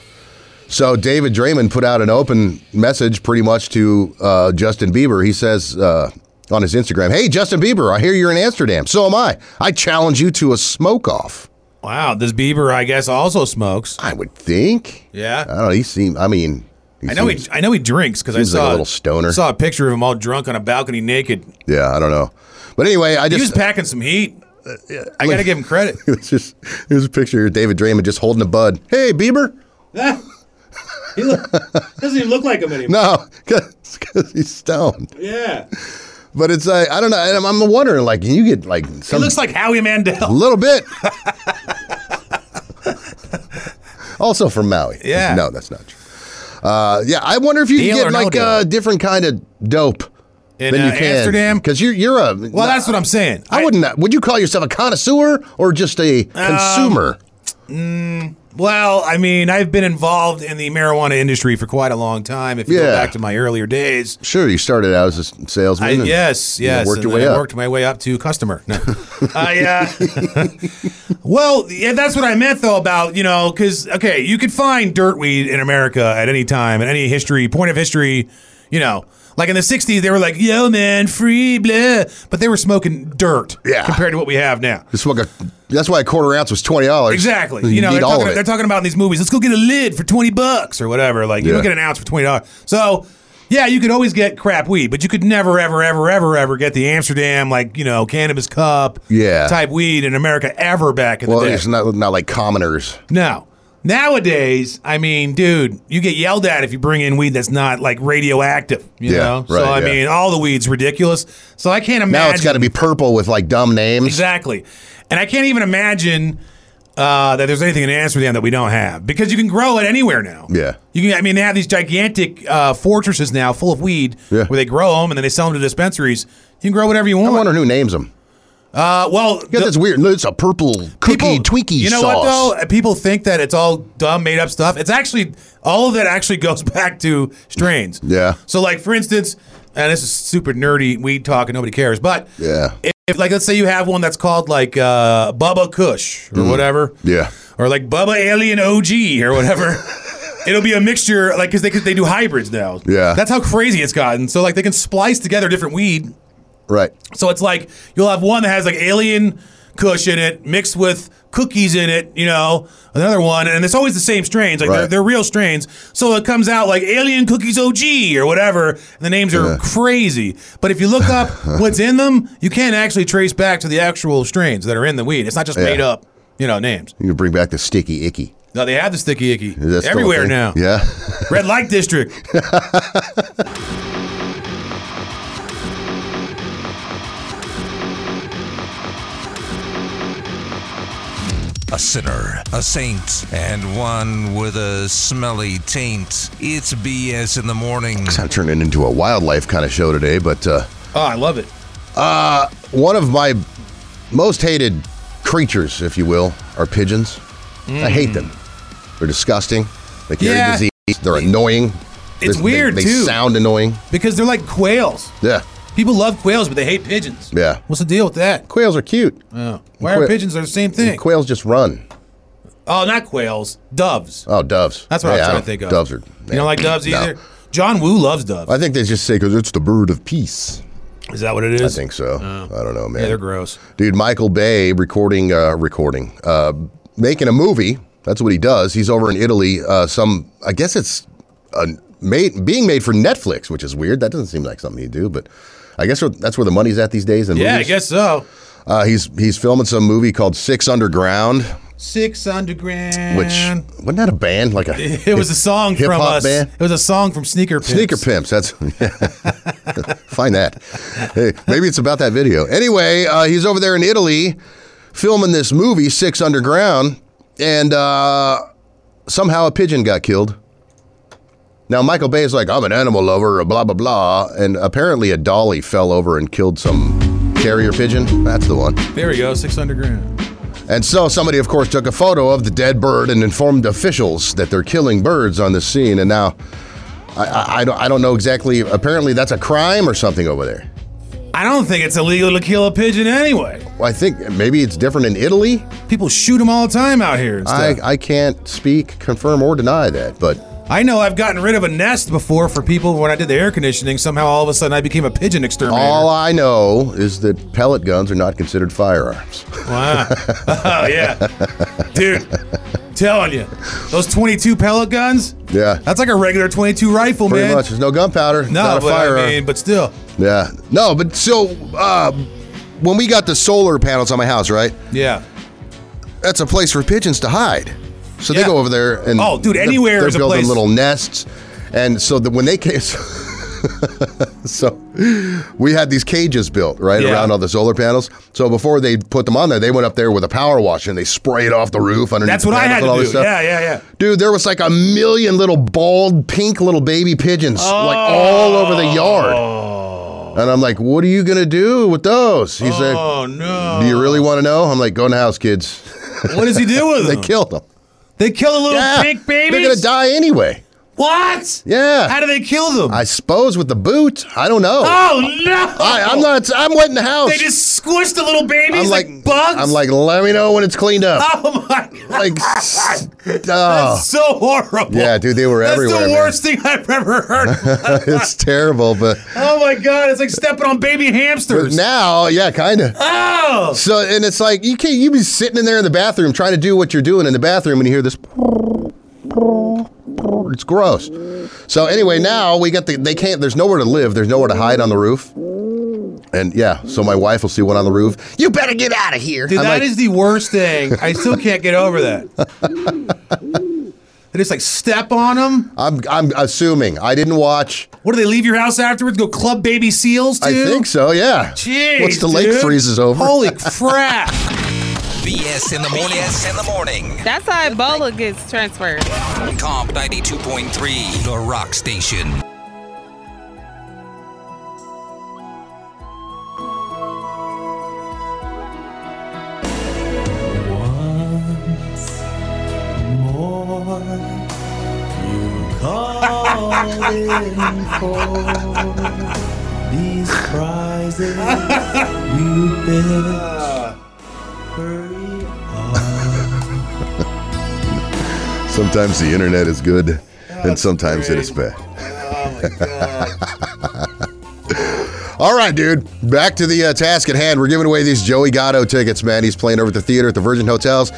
[SPEAKER 6] So David Draymond put out an open message, pretty much to uh, Justin Bieber. He says uh, on his Instagram, "Hey Justin Bieber, I hear you're in Amsterdam. So am I. I challenge you to a smoke off.
[SPEAKER 7] Wow, this Bieber, I guess, also smokes.
[SPEAKER 6] I would think.
[SPEAKER 7] Yeah.
[SPEAKER 6] I don't know. He seemed. I mean, he
[SPEAKER 7] I know he,
[SPEAKER 6] seems-
[SPEAKER 7] I know he drinks because I
[SPEAKER 6] seems like
[SPEAKER 7] saw
[SPEAKER 6] a little stoner.
[SPEAKER 7] Saw a picture of him all drunk on a balcony naked.
[SPEAKER 6] yeah, I don't know. But anyway, I
[SPEAKER 7] He
[SPEAKER 6] just
[SPEAKER 7] was packing some heat. I gotta give him credit.
[SPEAKER 6] it was just it was a picture of David Draymond just holding a bud. Hey Bieber.
[SPEAKER 7] he doesn't even look like him anymore.
[SPEAKER 6] No, because he's stoned.
[SPEAKER 7] Yeah,
[SPEAKER 6] But it's like I don't know. and I'm, I'm wondering, like, can you get like
[SPEAKER 7] he
[SPEAKER 6] some
[SPEAKER 7] looks like Howie
[SPEAKER 6] a
[SPEAKER 7] Mandel.
[SPEAKER 6] little bit? also from Maui.
[SPEAKER 7] Yeah.
[SPEAKER 6] No, that's not true. Uh, yeah, I wonder if you
[SPEAKER 7] Deal
[SPEAKER 6] can
[SPEAKER 7] or
[SPEAKER 6] get
[SPEAKER 7] no
[SPEAKER 6] like
[SPEAKER 7] deal?
[SPEAKER 6] a different kind of dope
[SPEAKER 7] In
[SPEAKER 6] than
[SPEAKER 7] uh,
[SPEAKER 6] you can
[SPEAKER 7] Amsterdam.
[SPEAKER 6] because you're you're a
[SPEAKER 7] Well, that's what I'm saying.
[SPEAKER 6] I wouldn't. Would you call yourself a connoisseur or just a
[SPEAKER 7] Um,
[SPEAKER 6] consumer?
[SPEAKER 7] Well, I mean, I've been involved in the marijuana industry for quite a long time. If you
[SPEAKER 6] Yeah.
[SPEAKER 7] go back to my earlier days,
[SPEAKER 6] Sure, you started out as a salesman.
[SPEAKER 7] I,
[SPEAKER 6] and,
[SPEAKER 7] yes,
[SPEAKER 6] you know,
[SPEAKER 7] yes,
[SPEAKER 6] worked your
[SPEAKER 7] and
[SPEAKER 6] way
[SPEAKER 7] I
[SPEAKER 6] up.
[SPEAKER 7] worked my way up to customer. No. I, uh, well, yeah, that's what I meant though about you know because okay, you could find dirt weed in America at any time, at any history point of history, you know. Like in the '60s, they were like, "Yo, man, free blah," but they were smoking dirt
[SPEAKER 6] Yeah.
[SPEAKER 7] compared to what we have now.
[SPEAKER 6] That's why, that's why a quarter ounce was twenty dollars.
[SPEAKER 7] Exactly. You, know, they're talking, they're talking about in these movies, let's go get a lid for 20 bucks or whatever. Like, you
[SPEAKER 6] Yeah.
[SPEAKER 7] don't get an ounce for $20. So Yeah, you could always get crap weed, but you could never, ever, ever, ever, ever get the Amsterdam, like, you know, cannabis cup
[SPEAKER 6] Yeah.
[SPEAKER 7] type weed in America ever back in
[SPEAKER 6] Well,
[SPEAKER 7] the day.
[SPEAKER 6] it's not not like commoners.
[SPEAKER 7] No. Nowadays, I mean, dude, you get yelled at if you bring in weed that's not like radioactive, you
[SPEAKER 6] Yeah,
[SPEAKER 7] know? so,
[SPEAKER 6] right,
[SPEAKER 7] I
[SPEAKER 6] yeah.
[SPEAKER 7] mean, all the weed's ridiculous. So, I can't
[SPEAKER 6] Now
[SPEAKER 7] imagine.
[SPEAKER 6] it's got to be purple with like dumb names.
[SPEAKER 7] Exactly. And I can't even imagine uh, that there's anything in Amsterdam that we don't have because you can grow it anywhere now.
[SPEAKER 6] Yeah.
[SPEAKER 7] You can, I mean, they have these gigantic uh, fortresses now full of weed
[SPEAKER 6] Yeah.
[SPEAKER 7] where they grow them and then they sell them to dispensaries. You can grow whatever you
[SPEAKER 6] I
[SPEAKER 7] want.
[SPEAKER 6] wonder who names them.
[SPEAKER 7] uh, well,
[SPEAKER 6] Yeah,
[SPEAKER 7] the-
[SPEAKER 6] that's weird. No, it's a purple cookie Twinkie
[SPEAKER 7] You know
[SPEAKER 6] sauce.
[SPEAKER 7] what though? Uh, People think that it's all dumb, made up stuff. It's actually all of that actually goes back to strains.
[SPEAKER 6] Yeah.
[SPEAKER 7] So, like for instance, and this is super nerdy weed talk, and nobody cares, but
[SPEAKER 6] Yeah.
[SPEAKER 7] if, if, like let's say you have one that's called like uh, Bubba Kush or whatever,
[SPEAKER 6] Mm. Yeah.
[SPEAKER 7] or like Bubba Alien OG or whatever. It'll be a mixture, like because they could- they do hybrids now.
[SPEAKER 6] Yeah.
[SPEAKER 7] that's how crazy it's gotten. So like they can splice together different weed.
[SPEAKER 6] Right.
[SPEAKER 7] So it's like you'll have one that has like Alien Kush in it, mixed with cookies in it. You know, another one, and it's always the same strains. Like they're,
[SPEAKER 6] Right.
[SPEAKER 7] they're real strains. So it comes out like Alien Cookies OG or whatever. And the names are crazy. But if you look up what's in them, you can't actually trace back to the actual strains that are in the weed. It's not just
[SPEAKER 6] Yeah.
[SPEAKER 7] made up, you know, names.
[SPEAKER 6] You can bring back the sticky icky.
[SPEAKER 7] No, they have the sticky icky
[SPEAKER 6] Is that still a
[SPEAKER 7] everywhere
[SPEAKER 6] thing?
[SPEAKER 7] now.
[SPEAKER 6] Yeah.
[SPEAKER 7] Red light district.
[SPEAKER 1] A sinner, a saint, and one with a smelly taint. It's BS in the morning.
[SPEAKER 6] kind of turned it into a wildlife kind of show today, but uh,
[SPEAKER 7] Oh, I love it.
[SPEAKER 6] one of my most hated creatures, if you will, are pigeons. I hate them. They're disgusting. They carry
[SPEAKER 7] Yeah.
[SPEAKER 6] disease. They're annoying.
[SPEAKER 7] It's
[SPEAKER 6] They-
[SPEAKER 7] weird,
[SPEAKER 6] they, they
[SPEAKER 7] too.
[SPEAKER 6] sound annoying.
[SPEAKER 7] Because they're like quails.
[SPEAKER 6] Yeah.
[SPEAKER 7] People love quails, but they hate pigeons.
[SPEAKER 6] Yeah.
[SPEAKER 7] What's the deal with that?
[SPEAKER 6] Quails are cute.
[SPEAKER 7] Oh. Why are
[SPEAKER 6] Quail-
[SPEAKER 7] pigeons are the same thing?
[SPEAKER 6] Quails just run.
[SPEAKER 7] Oh, not quails. Doves.
[SPEAKER 6] Oh, doves.
[SPEAKER 7] That's what
[SPEAKER 6] Yeah,
[SPEAKER 7] I was trying
[SPEAKER 6] don't-
[SPEAKER 7] to think of.
[SPEAKER 6] Doves are.
[SPEAKER 7] You don't like doves
[SPEAKER 6] No.
[SPEAKER 7] either? John Woo loves doves.
[SPEAKER 6] I think they just say because it's the bird of peace.
[SPEAKER 7] Is that what it
[SPEAKER 6] I
[SPEAKER 7] is? Oh.
[SPEAKER 6] think so. I don't know, man.
[SPEAKER 7] Yeah, they're gross.
[SPEAKER 6] Dude, Michael Bay recording, uh, recording, uh, making a movie. That's what he does. He's over in Italy. Uh, some, I guess it's uh, made, being made for Netflix, which is weird. That doesn't seem like something he'd do, but I guess that's where the money's at these days. In
[SPEAKER 7] Yeah, I
[SPEAKER 6] movies.
[SPEAKER 7] guess so.
[SPEAKER 6] Uh, he's he's filming some movie called Six Underground,
[SPEAKER 7] Six Underground.
[SPEAKER 6] which wasn't that a band like a
[SPEAKER 7] It was a song
[SPEAKER 6] Hip
[SPEAKER 7] from
[SPEAKER 6] hop
[SPEAKER 7] us.
[SPEAKER 6] band?
[SPEAKER 7] It was a song from Sneaker Pimps.
[SPEAKER 6] Sneaker pimps. That's find that. Hey, maybe it's about that video. Anyway, uh, he's over there in Italy filming this movie Six Underground, and uh, somehow a pigeon got killed. Now Michael Bay is like, I'm an animal lover, blah blah blah, and apparently a dolly fell over and killed some carrier pigeon. That's the one.
[SPEAKER 7] There we go. Six Underground.
[SPEAKER 6] And so somebody, of course, took a photo of the dead bird and informed officials that they're killing birds on the scene. And now, I, I, I, don't, I don't know exactly. Apparently, that's a crime or something over there.
[SPEAKER 7] I don't think it's illegal to kill a pigeon anyway.
[SPEAKER 6] Well, I think maybe it's different in Italy.
[SPEAKER 7] People shoot them all the time out here. And stuff.
[SPEAKER 6] I, I can't speak, confirm, or deny that. But
[SPEAKER 7] I know I've gotten rid of a nest before for people when I did the air conditioning. Somehow all of a sudden I became a pigeon exterminator.
[SPEAKER 6] all I know is that pellet guns are not considered firearms.
[SPEAKER 7] wow. oh, yeah. Dude, telling you, those 22 pellet guns,
[SPEAKER 6] yeah.
[SPEAKER 7] that's like a regular 22 rifle,
[SPEAKER 6] Pretty
[SPEAKER 7] man.
[SPEAKER 6] much. There's no gunpowder. it's
[SPEAKER 7] No,
[SPEAKER 6] not a
[SPEAKER 7] but
[SPEAKER 6] firearm.
[SPEAKER 7] I mean, but still.
[SPEAKER 6] yeah. No, but so uh, when we got the solar panels on my house, right?
[SPEAKER 7] Yeah.
[SPEAKER 6] that's a place for pigeons to hide. So they
[SPEAKER 7] Yeah.
[SPEAKER 6] go over there and
[SPEAKER 7] Oh, dude, anywhere
[SPEAKER 6] they're
[SPEAKER 7] is a
[SPEAKER 6] building
[SPEAKER 7] place.
[SPEAKER 6] little nests, and so that when they came, so, we had these cages built right
[SPEAKER 7] Yeah.
[SPEAKER 6] around all the solar panels. So before they put them on there, they went up there with a power washer and they sprayed off the roof underneath.
[SPEAKER 7] That's
[SPEAKER 6] the
[SPEAKER 7] what I
[SPEAKER 6] panels
[SPEAKER 7] had
[SPEAKER 6] and all
[SPEAKER 7] to
[SPEAKER 6] this
[SPEAKER 7] do.
[SPEAKER 6] stuff.
[SPEAKER 7] Yeah, yeah, yeah.
[SPEAKER 6] Dude, there was like a million little bald, pink little baby pigeons, like all over the yard. And I'm like, what are you gonna do with those? He's like,
[SPEAKER 7] Oh, no.
[SPEAKER 6] do you really want to know? I'm like, go in the house, kids.
[SPEAKER 7] What does he do with
[SPEAKER 6] they
[SPEAKER 7] them?
[SPEAKER 6] killed them.
[SPEAKER 7] They kill the little
[SPEAKER 6] Yeah,
[SPEAKER 7] pink babies?
[SPEAKER 6] They're gonna die anyway.
[SPEAKER 7] What?
[SPEAKER 6] Yeah.
[SPEAKER 7] How do they kill them?
[SPEAKER 6] I suppose with the boot. I don't know.
[SPEAKER 7] oh, no.
[SPEAKER 6] I, I'm not. I'm wetting the house.
[SPEAKER 7] They just squished the little babies
[SPEAKER 6] I'm
[SPEAKER 7] like, bugs?
[SPEAKER 6] I'm like, let me know when it's cleaned up.
[SPEAKER 7] oh, my God.
[SPEAKER 6] Like, s-
[SPEAKER 7] That's
[SPEAKER 6] oh,
[SPEAKER 7] so horrible.
[SPEAKER 6] Yeah, dude, they were
[SPEAKER 7] That's
[SPEAKER 6] everywhere,
[SPEAKER 7] the
[SPEAKER 6] man.
[SPEAKER 7] worst thing I've ever heard.
[SPEAKER 6] it's terrible. But
[SPEAKER 7] oh my god, it's like stepping on baby hamsters.
[SPEAKER 6] now, yeah, kind of.
[SPEAKER 7] oh,
[SPEAKER 6] So, and it's like you can't. You be sitting in there in the bathroom trying to do what you're doing in the bathroom, and you hear this. Brrr, It's gross. So anyway, now we got the they can't. There's nowhere to live. There's nowhere to hide on the roof. And yeah, so my wife will see one on the roof. You better get out of here.
[SPEAKER 7] Dude,
[SPEAKER 6] I'm
[SPEAKER 7] that
[SPEAKER 6] like,
[SPEAKER 7] is the worst thing. I still can't get over that. They just like step on them.
[SPEAKER 6] I'm I'm assuming I didn't watch.
[SPEAKER 7] What do they leave your house afterwards? Go club baby seals too?
[SPEAKER 6] I think so. Yeah.
[SPEAKER 7] Jeez,
[SPEAKER 6] Once the lake
[SPEAKER 7] dude.
[SPEAKER 6] freezes over.
[SPEAKER 7] Holy crap!
[SPEAKER 1] BS in the morning. BS in the morning.
[SPEAKER 10] That's how Ebola gets transferred.
[SPEAKER 1] Comp 92.3, the rock station.
[SPEAKER 6] Sometimes the internet is good, and sometimes it is bad.
[SPEAKER 7] Oh,
[SPEAKER 6] All right, dude. Back to the uh, task at hand. We're giving away these Joey Gatto tickets, man. He's playing over at the theater at the Virgin Hotels.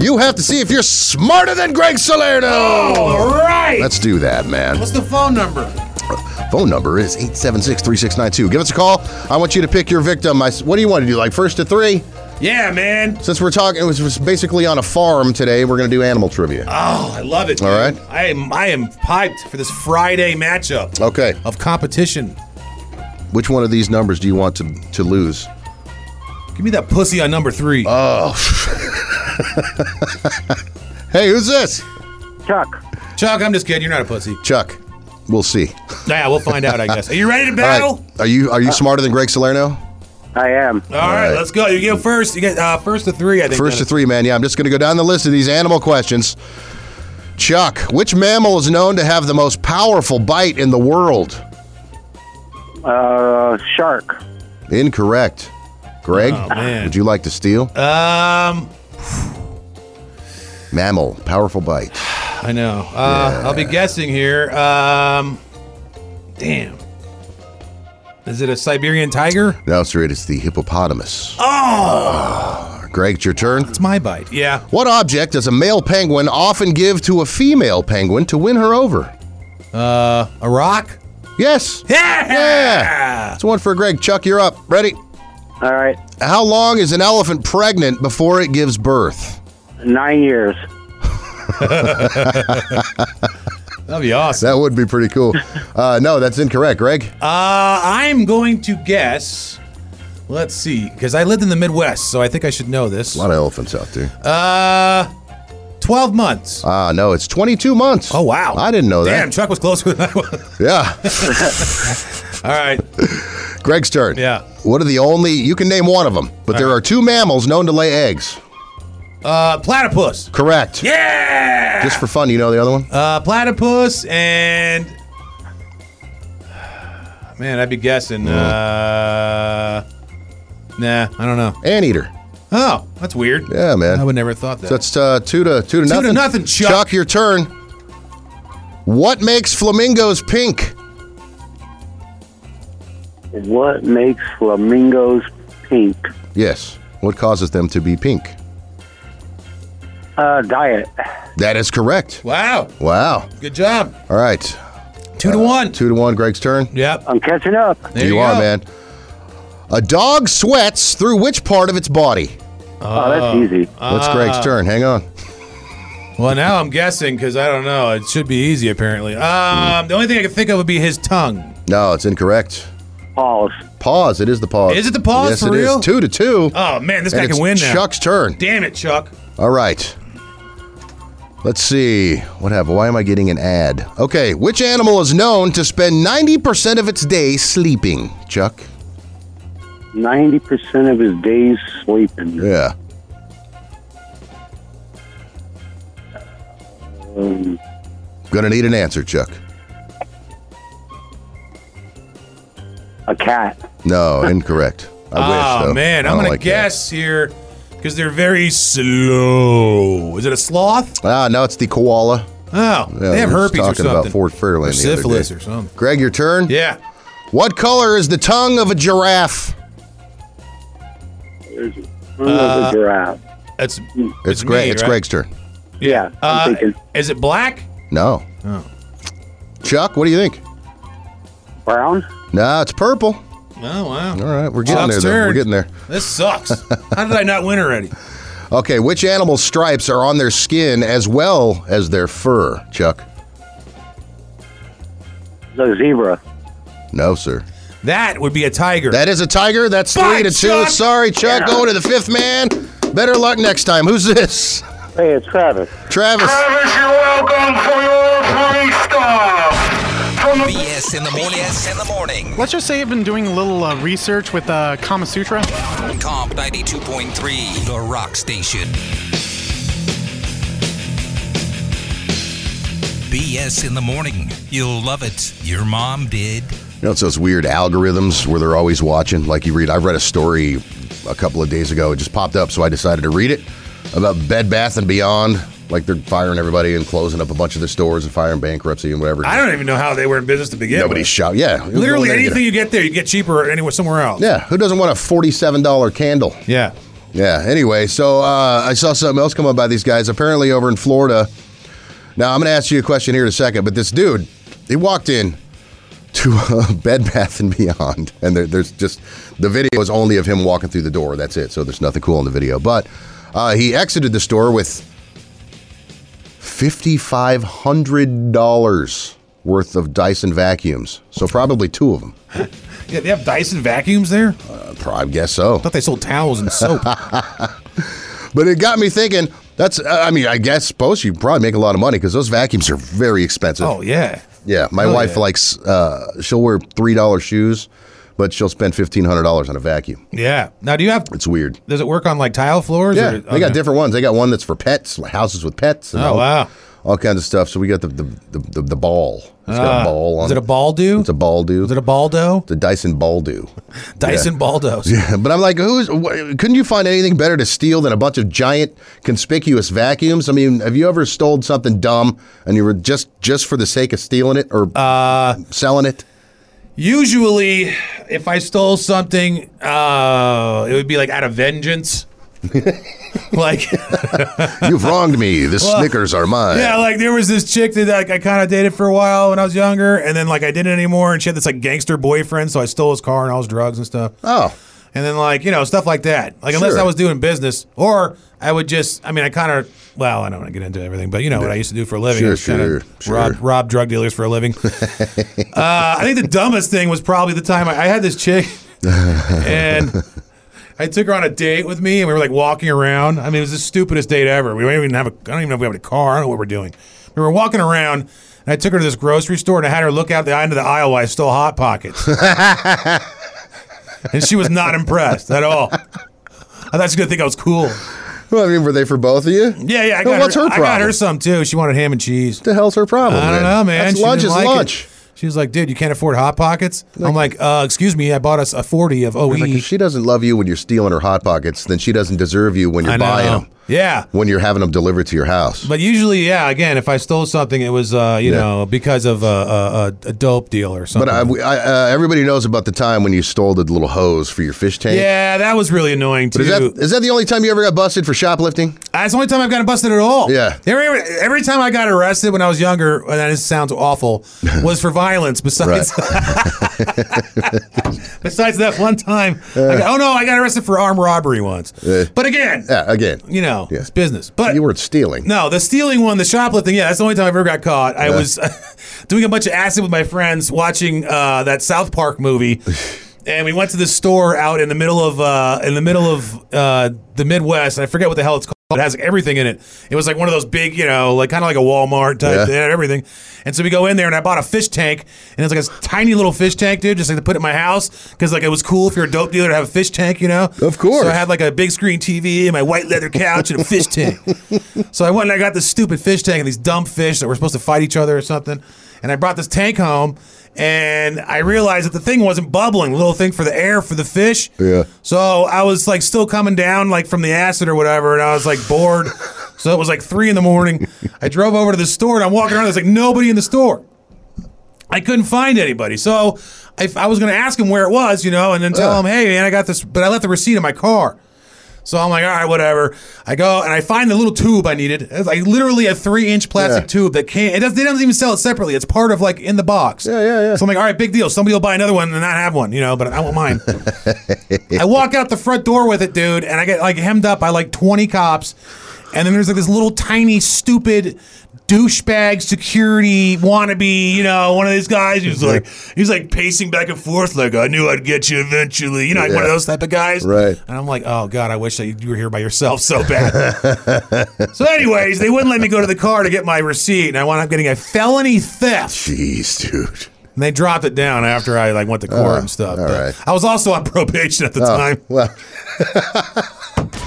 [SPEAKER 6] You have to see if you're smarter than Greg Salerno.
[SPEAKER 7] All right.
[SPEAKER 6] Let's do that, man.
[SPEAKER 7] What's the phone number?
[SPEAKER 6] Phone number is 876 3692. Give us a call. I want you to pick your victim. I, s- what do you want to do? Like first to three?
[SPEAKER 7] Yeah, man.
[SPEAKER 6] Since we're talking, it was- it was basically on a farm today. We're going to do animal trivia.
[SPEAKER 7] Oh, I love it.
[SPEAKER 6] All
[SPEAKER 7] dude.
[SPEAKER 6] right. Oh.
[SPEAKER 7] I am I am piped for this Friday matchup
[SPEAKER 6] Okay.
[SPEAKER 7] of competition.
[SPEAKER 6] Which one of these numbers do you want to, to lose?
[SPEAKER 7] Give me that pussy on number three.
[SPEAKER 6] Oh. Hey, who's this?
[SPEAKER 9] Chuck.
[SPEAKER 7] Chuck, I'm just kidding. You're not a pussy.
[SPEAKER 6] Chuck. We'll see.
[SPEAKER 7] Yeah, we'll find out, I guess. Are you ready to
[SPEAKER 6] All right.
[SPEAKER 7] battle?
[SPEAKER 6] Are you are you smarter than Greg Salerno?
[SPEAKER 9] I am.
[SPEAKER 7] All right,
[SPEAKER 6] right.
[SPEAKER 7] let's go. You go first. You get uh, first to three, I think.
[SPEAKER 6] First to three, man. Yeah, I'm just going to go down the list of these animal questions. Chuck, which mammal is known to have the most powerful bite in the world?
[SPEAKER 9] Uh, shark.
[SPEAKER 6] Incorrect. Greg,
[SPEAKER 7] Oh, man.
[SPEAKER 6] would you like to steal?
[SPEAKER 7] Um,
[SPEAKER 6] Mammal, powerful bite.
[SPEAKER 7] I know. Uh, I'll be guessing here. Um, damn. Is it a Siberian tiger?
[SPEAKER 6] No, sir, it is the hippopotamus.
[SPEAKER 7] Ah!
[SPEAKER 6] Oh! Greg, it's your turn.
[SPEAKER 7] It's my bite. Yeah.
[SPEAKER 6] What object does a male penguin often give to a female penguin to win her over?
[SPEAKER 7] Uh, a rock.
[SPEAKER 6] Yes.
[SPEAKER 7] Yeah.
[SPEAKER 6] Yeah. It's one for Greg. Chuck, you're up. Ready?
[SPEAKER 9] All right.
[SPEAKER 6] How long is an elephant pregnant before it gives birth?
[SPEAKER 9] Nine years.
[SPEAKER 7] That'd be awesome.
[SPEAKER 6] That would be pretty cool. Uh, no, that's incorrect, Greg.
[SPEAKER 7] Uh, I'm going to guess. Let's see, because I lived in the Midwest, so I think I should know this.
[SPEAKER 6] A lot of elephants out there.
[SPEAKER 7] Uh, twelve months.
[SPEAKER 6] Ah, no, it's 22 months.
[SPEAKER 7] oh wow!
[SPEAKER 6] I didn't know
[SPEAKER 7] Damn,
[SPEAKER 6] that.
[SPEAKER 7] Chuck was closer than I was.
[SPEAKER 6] Yeah.
[SPEAKER 7] All right.
[SPEAKER 6] Greg's turn.
[SPEAKER 7] Yeah. Uh-huh.
[SPEAKER 6] What are the only, you can name one of them, but there are two mammals known to lay eggs.
[SPEAKER 7] Uh, platypus.
[SPEAKER 6] Correct.
[SPEAKER 7] Yeah.
[SPEAKER 6] Just for fun, you know the other one?
[SPEAKER 7] Uh, platypus and man, I'd be guessing. Uh, nah, I don't know.
[SPEAKER 6] Anteater.
[SPEAKER 7] Oh, that's weird.
[SPEAKER 6] Yeah, man.
[SPEAKER 7] I would never have thought that.
[SPEAKER 6] So it's uh, two to two to
[SPEAKER 7] to
[SPEAKER 6] nothing.
[SPEAKER 7] nothing, Chuck.
[SPEAKER 6] Chuck, your turn. What makes flamingos pink?
[SPEAKER 9] What makes flamingos pink?
[SPEAKER 6] Yes. What causes them to be pink?
[SPEAKER 9] Uh, diet.
[SPEAKER 6] That is correct.
[SPEAKER 7] wow,
[SPEAKER 6] Wow.
[SPEAKER 7] good job.
[SPEAKER 6] All right.
[SPEAKER 7] Two to one.
[SPEAKER 6] Two to one. Greg's turn.
[SPEAKER 7] Yep.
[SPEAKER 9] I'm catching up.
[SPEAKER 7] There
[SPEAKER 6] you, are,
[SPEAKER 7] go.
[SPEAKER 6] man. A dog sweats through which part of its body?
[SPEAKER 9] oh, that's easy.
[SPEAKER 6] What's
[SPEAKER 7] Ah.
[SPEAKER 6] Greg's turn? Hang on.
[SPEAKER 7] Well, now I'm guessing because I don't know. It should be easy apparently.
[SPEAKER 6] Mm.
[SPEAKER 7] Um, the only thing I could think of would be his tongue.
[SPEAKER 6] No, it's incorrect.
[SPEAKER 9] Pause.
[SPEAKER 6] Pause. It is the pause.
[SPEAKER 7] Is it the pause
[SPEAKER 6] Yes,
[SPEAKER 7] for
[SPEAKER 6] it is.
[SPEAKER 7] real?
[SPEAKER 6] Two to two.
[SPEAKER 7] Oh man, this
[SPEAKER 6] and
[SPEAKER 7] guy
[SPEAKER 6] it's
[SPEAKER 7] can win now.
[SPEAKER 6] Chuck's turn.
[SPEAKER 7] Damn it, Chuck.
[SPEAKER 6] All right. Let's see. What have? Why am I getting an ad? Okay. Which animal is known to spend 90% of its day sleeping? Chuck?
[SPEAKER 9] 90% of his days sleeping.
[SPEAKER 6] Yeah.
[SPEAKER 9] Um,
[SPEAKER 6] Gonna need an answer, Chuck.
[SPEAKER 9] a cat.
[SPEAKER 6] No, incorrect. I wish.
[SPEAKER 7] oh
[SPEAKER 6] though.
[SPEAKER 7] man,
[SPEAKER 6] I
[SPEAKER 7] I'm
[SPEAKER 6] don't
[SPEAKER 7] gonna
[SPEAKER 6] like that.
[SPEAKER 7] guess here because they're very slow. Is it a sloth?
[SPEAKER 6] Ah, no, it's the koala.
[SPEAKER 7] Oh,
[SPEAKER 6] Yeah,
[SPEAKER 7] they have
[SPEAKER 6] we were just
[SPEAKER 7] herpes or
[SPEAKER 6] talking
[SPEAKER 7] something.
[SPEAKER 6] about Ford Fairlane
[SPEAKER 7] or
[SPEAKER 6] the other
[SPEAKER 7] syphilis
[SPEAKER 6] day.
[SPEAKER 7] or something.
[SPEAKER 6] Greg, your turn.
[SPEAKER 7] Yeah.
[SPEAKER 6] What color is the tongue of a giraffe?
[SPEAKER 9] There's a giraffe.
[SPEAKER 7] That's
[SPEAKER 6] It's,
[SPEAKER 7] me,
[SPEAKER 6] Greg. It's
[SPEAKER 7] right?
[SPEAKER 6] Greg's turn.
[SPEAKER 9] Yeah, I'm
[SPEAKER 7] Uh,
[SPEAKER 9] thinking.
[SPEAKER 7] is it black?
[SPEAKER 6] No,
[SPEAKER 7] Oh.
[SPEAKER 6] Chuck, what do you think?
[SPEAKER 9] Brown?
[SPEAKER 6] Nah, it's purple.
[SPEAKER 7] Oh wow.
[SPEAKER 6] All right, we're getting
[SPEAKER 7] Chuck's
[SPEAKER 6] there. Though. We're
[SPEAKER 7] turn.
[SPEAKER 6] getting there.
[SPEAKER 7] This sucks. How did I not win already?
[SPEAKER 6] Okay, which animal stripes are on their skin as well as their fur, Chuck?
[SPEAKER 9] The zebra.
[SPEAKER 6] No, sir.
[SPEAKER 7] That would be a tiger.
[SPEAKER 6] That is a tiger. That's
[SPEAKER 7] Bye,
[SPEAKER 6] three to two.
[SPEAKER 7] Chuck!
[SPEAKER 6] Sorry, Chuck.
[SPEAKER 9] Yeah.
[SPEAKER 6] Going to the fifth man. Better luck next time. Who's this?
[SPEAKER 9] Hey, it's Travis.
[SPEAKER 6] Travis.
[SPEAKER 4] you're welcome for your free stuff.
[SPEAKER 1] BS in the morning. BS in the morning.
[SPEAKER 11] Let's just say I've been doing a little uh, research with uh, Kama Sutra.
[SPEAKER 1] Comp 92.3, the rock station. BS in the morning. You'll love it. Your mom did.
[SPEAKER 6] You know, it's those weird algorithms where they're always watching. Like you read, I read a story a couple of days ago. It just popped up, so I decided to read it about Bed Bath and Beyond. Like they're firing everybody and closing up a bunch of their stores and firing bankruptcy and whatever.
[SPEAKER 7] I don't even know how they were in business to begin
[SPEAKER 6] Nobody's
[SPEAKER 7] with.
[SPEAKER 6] shot. Yeah, Go
[SPEAKER 7] Literally
[SPEAKER 6] there and get
[SPEAKER 7] anything you get there, you get cheaper anywhere somewhere else.
[SPEAKER 6] it. Yeah, who doesn't want a forty-seven dollar candle?
[SPEAKER 7] Yeah.
[SPEAKER 6] Yeah. Anyway, so uh, I saw something else come up by these guys. Apparently, over in Florida. Now I'm going to ask you a question here in a second, but this dude, he walked in to uh, Bed Bath and Beyond, and there, there's just the video is only of him walking through the door. That's it. So there's nothing cool in the video, but uh, he exited the store with fifty-five hundred dollars worth of Dyson vacuums. So probably two of them.
[SPEAKER 7] Yeah, they have Dyson vacuums there. I
[SPEAKER 6] I guess so.
[SPEAKER 7] thought they sold towels and soap.
[SPEAKER 6] But it got me thinking. That's. I mean, I guess suppose you probably make a lot of money because those vacuums are very expensive.
[SPEAKER 7] oh yeah.
[SPEAKER 6] yeah. My
[SPEAKER 7] hell
[SPEAKER 6] wife
[SPEAKER 7] yeah.
[SPEAKER 6] likes. Uh, she'll wear three dollar shoes, but she'll spend fifteen hundred dollars on a vacuum.
[SPEAKER 7] Yeah. Now, do you have?
[SPEAKER 6] It's weird.
[SPEAKER 7] Does it work on like tile floors?
[SPEAKER 6] Yeah,
[SPEAKER 7] or- uh,
[SPEAKER 6] they got
[SPEAKER 7] okay.
[SPEAKER 6] different ones. They got one that's for pets, like houses with pets. And
[SPEAKER 7] Oh,
[SPEAKER 6] all,
[SPEAKER 7] wow.
[SPEAKER 6] All kinds of stuff. So we got the the the, the, the ball. It's got
[SPEAKER 7] Ah,
[SPEAKER 6] a ball on
[SPEAKER 7] Is it a Baldo?
[SPEAKER 6] It's a ball do.
[SPEAKER 7] Is it a Baldo?
[SPEAKER 6] it's a Dyson ball do.
[SPEAKER 7] Dyson Baldos.
[SPEAKER 6] Yeah, but I'm like, who's? Wh- couldn't you find anything better to steal than a bunch of giant, conspicuous vacuums? I mean, have you ever stolen something dumb and you were just just for the sake of stealing it or
[SPEAKER 7] Uh,
[SPEAKER 6] selling it?
[SPEAKER 7] Usually, if I stole something, uh, it would be like out of vengeance. like,
[SPEAKER 6] You've wronged me. The Snickers are mine.
[SPEAKER 7] yeah, like there was this chick that like I kind of dated for a while when I was younger, and then like I didn't anymore, and she had this like gangster boyfriend, so I stole his car and all his drugs and stuff.
[SPEAKER 6] oh,
[SPEAKER 7] And then like you know stuff like that. Like unless
[SPEAKER 6] Sure.
[SPEAKER 7] I was doing business, or I would just. I mean, I kind of. Well, I don't want to get into everything, but you know what I used to do for a living.
[SPEAKER 6] Sure,
[SPEAKER 7] I just kinda
[SPEAKER 6] sure, sure.
[SPEAKER 7] Rob, rob drug dealers for a living. uh, I think the dumbest thing was probably the time I, I had this chick, and I took her on a date with me, and we were like walking around. I mean, it was the stupidest date ever. We don't even have a. I don't even know if we have a car. I don't know what we're doing. We were walking around, and I took her to this grocery store, and I had her look out the end of the aisle while I stole hot pockets and she was not impressed at all. I thought she was gonna think I was cool.
[SPEAKER 6] well, I mean, were they for both of you?
[SPEAKER 7] Yeah, yeah. I got
[SPEAKER 6] Well, what's her
[SPEAKER 7] I got
[SPEAKER 6] problem?
[SPEAKER 7] her some too. She wanted ham and cheese.
[SPEAKER 6] What the hell's her problem?
[SPEAKER 7] I
[SPEAKER 6] then?
[SPEAKER 7] don't know, man.
[SPEAKER 6] That's
[SPEAKER 7] She
[SPEAKER 6] lunch is
[SPEAKER 7] didn't like it.
[SPEAKER 6] lunch.
[SPEAKER 7] She was like, "Dude, you can't afford hot pockets." I'm like, uh, "Excuse me, I bought us a 40 of E." OE."
[SPEAKER 6] Like, if she doesn't love you when you're stealing her hot pockets, then she doesn't deserve you when you're
[SPEAKER 7] I know.
[SPEAKER 6] buying them.
[SPEAKER 7] Yeah.
[SPEAKER 6] When you're having them delivered to your house.
[SPEAKER 7] But usually, yeah. Again, if I stole something, it was uh, you
[SPEAKER 6] Yeah.
[SPEAKER 7] know because of a, a, a- a dope deal or something.
[SPEAKER 6] But I, I, uh, everybody knows about the time when you stole the little hose for your fish tank.
[SPEAKER 7] yeah, that was really annoying too.
[SPEAKER 6] Is that is that the only time you ever got busted for shoplifting?
[SPEAKER 7] That's the only time I've gotten busted at all.
[SPEAKER 6] Yeah.
[SPEAKER 7] Every, every time I got arrested when I was younger, and that just sounds awful, was for violence. Besides, besides that one time, I got- oh no, I got arrested for armed robbery once. but again,
[SPEAKER 6] Yeah, again.
[SPEAKER 7] you know,
[SPEAKER 6] Yeah.
[SPEAKER 7] it's business. But
[SPEAKER 6] You weren't stealing.
[SPEAKER 7] no, the stealing one, the shoplifting. Yeah, that's the only time I ever got caught. I
[SPEAKER 6] Yeah.
[SPEAKER 7] was doing a bunch of acid with my friends, watching uh, that South Park movie, and we went to this store out in the middle of uh, in the middle of uh, the Midwest. I forget what the hell it's called. It has everything in it. It was like one of those big, you know, like kind of like a Walmart type.
[SPEAKER 6] Yeah.
[SPEAKER 7] They had everything. And so we go in there, and I bought a fish tank, and it's like a tiny little fish tank, dude, just like to put in my house because like it was cool if you're a dope dealer to have a fish tank, you know.
[SPEAKER 6] Of course.
[SPEAKER 7] So I had like a big screen TV and my white leather couch and a fish tank. So I went and I got this stupid fish tank and these dumb fish that were supposed to fight each other or something. And I brought this tank home and I realized that the thing wasn't bubbling, the little thing for the air for the fish.
[SPEAKER 6] Yeah.
[SPEAKER 7] So I was like still coming down like from the acid or whatever, and I was like bored. so it was like three in the morning. I drove over to the store and I'm walking around, there's like nobody in the store. I couldn't find anybody. So I, I was going to ask him where it was, you know, and then tell
[SPEAKER 6] Yeah.
[SPEAKER 7] him, hey, man, I got this, but I left the receipt in my car. So I'm like, all right, whatever. I go and I find the little tube I needed. It's like literally a three inch plastic tube that can't. It doesn't. They don't even sell it separately. It's part of like in the box. Yeah, yeah, yeah. So I'm like, all right, big deal. Somebody will buy another one and not have one, you know. But I want mine. I walk out the front door with it, dude, and I get like hemmed up by like 20 cops. And then there's like this little tiny, stupid douchebag security wannabe, you know, one of these guys who's like, he's like pacing back and forth, like, I knew I'd get you eventually, you know, like one of
[SPEAKER 6] Yeah.
[SPEAKER 7] those type of guys.
[SPEAKER 6] Right.
[SPEAKER 7] And I'm like, oh, God, I wish that you were here by yourself so bad. so, anyways, they wouldn't let me go to the car to get my receipt, and I wound up getting a felony theft.
[SPEAKER 6] Jeez, dude.
[SPEAKER 7] And they dropped it down after I like went to court
[SPEAKER 6] Oh,
[SPEAKER 7] and stuff.
[SPEAKER 6] all
[SPEAKER 7] but
[SPEAKER 6] right.
[SPEAKER 7] I was also on probation at the
[SPEAKER 6] Oh,
[SPEAKER 7] time.
[SPEAKER 6] Well,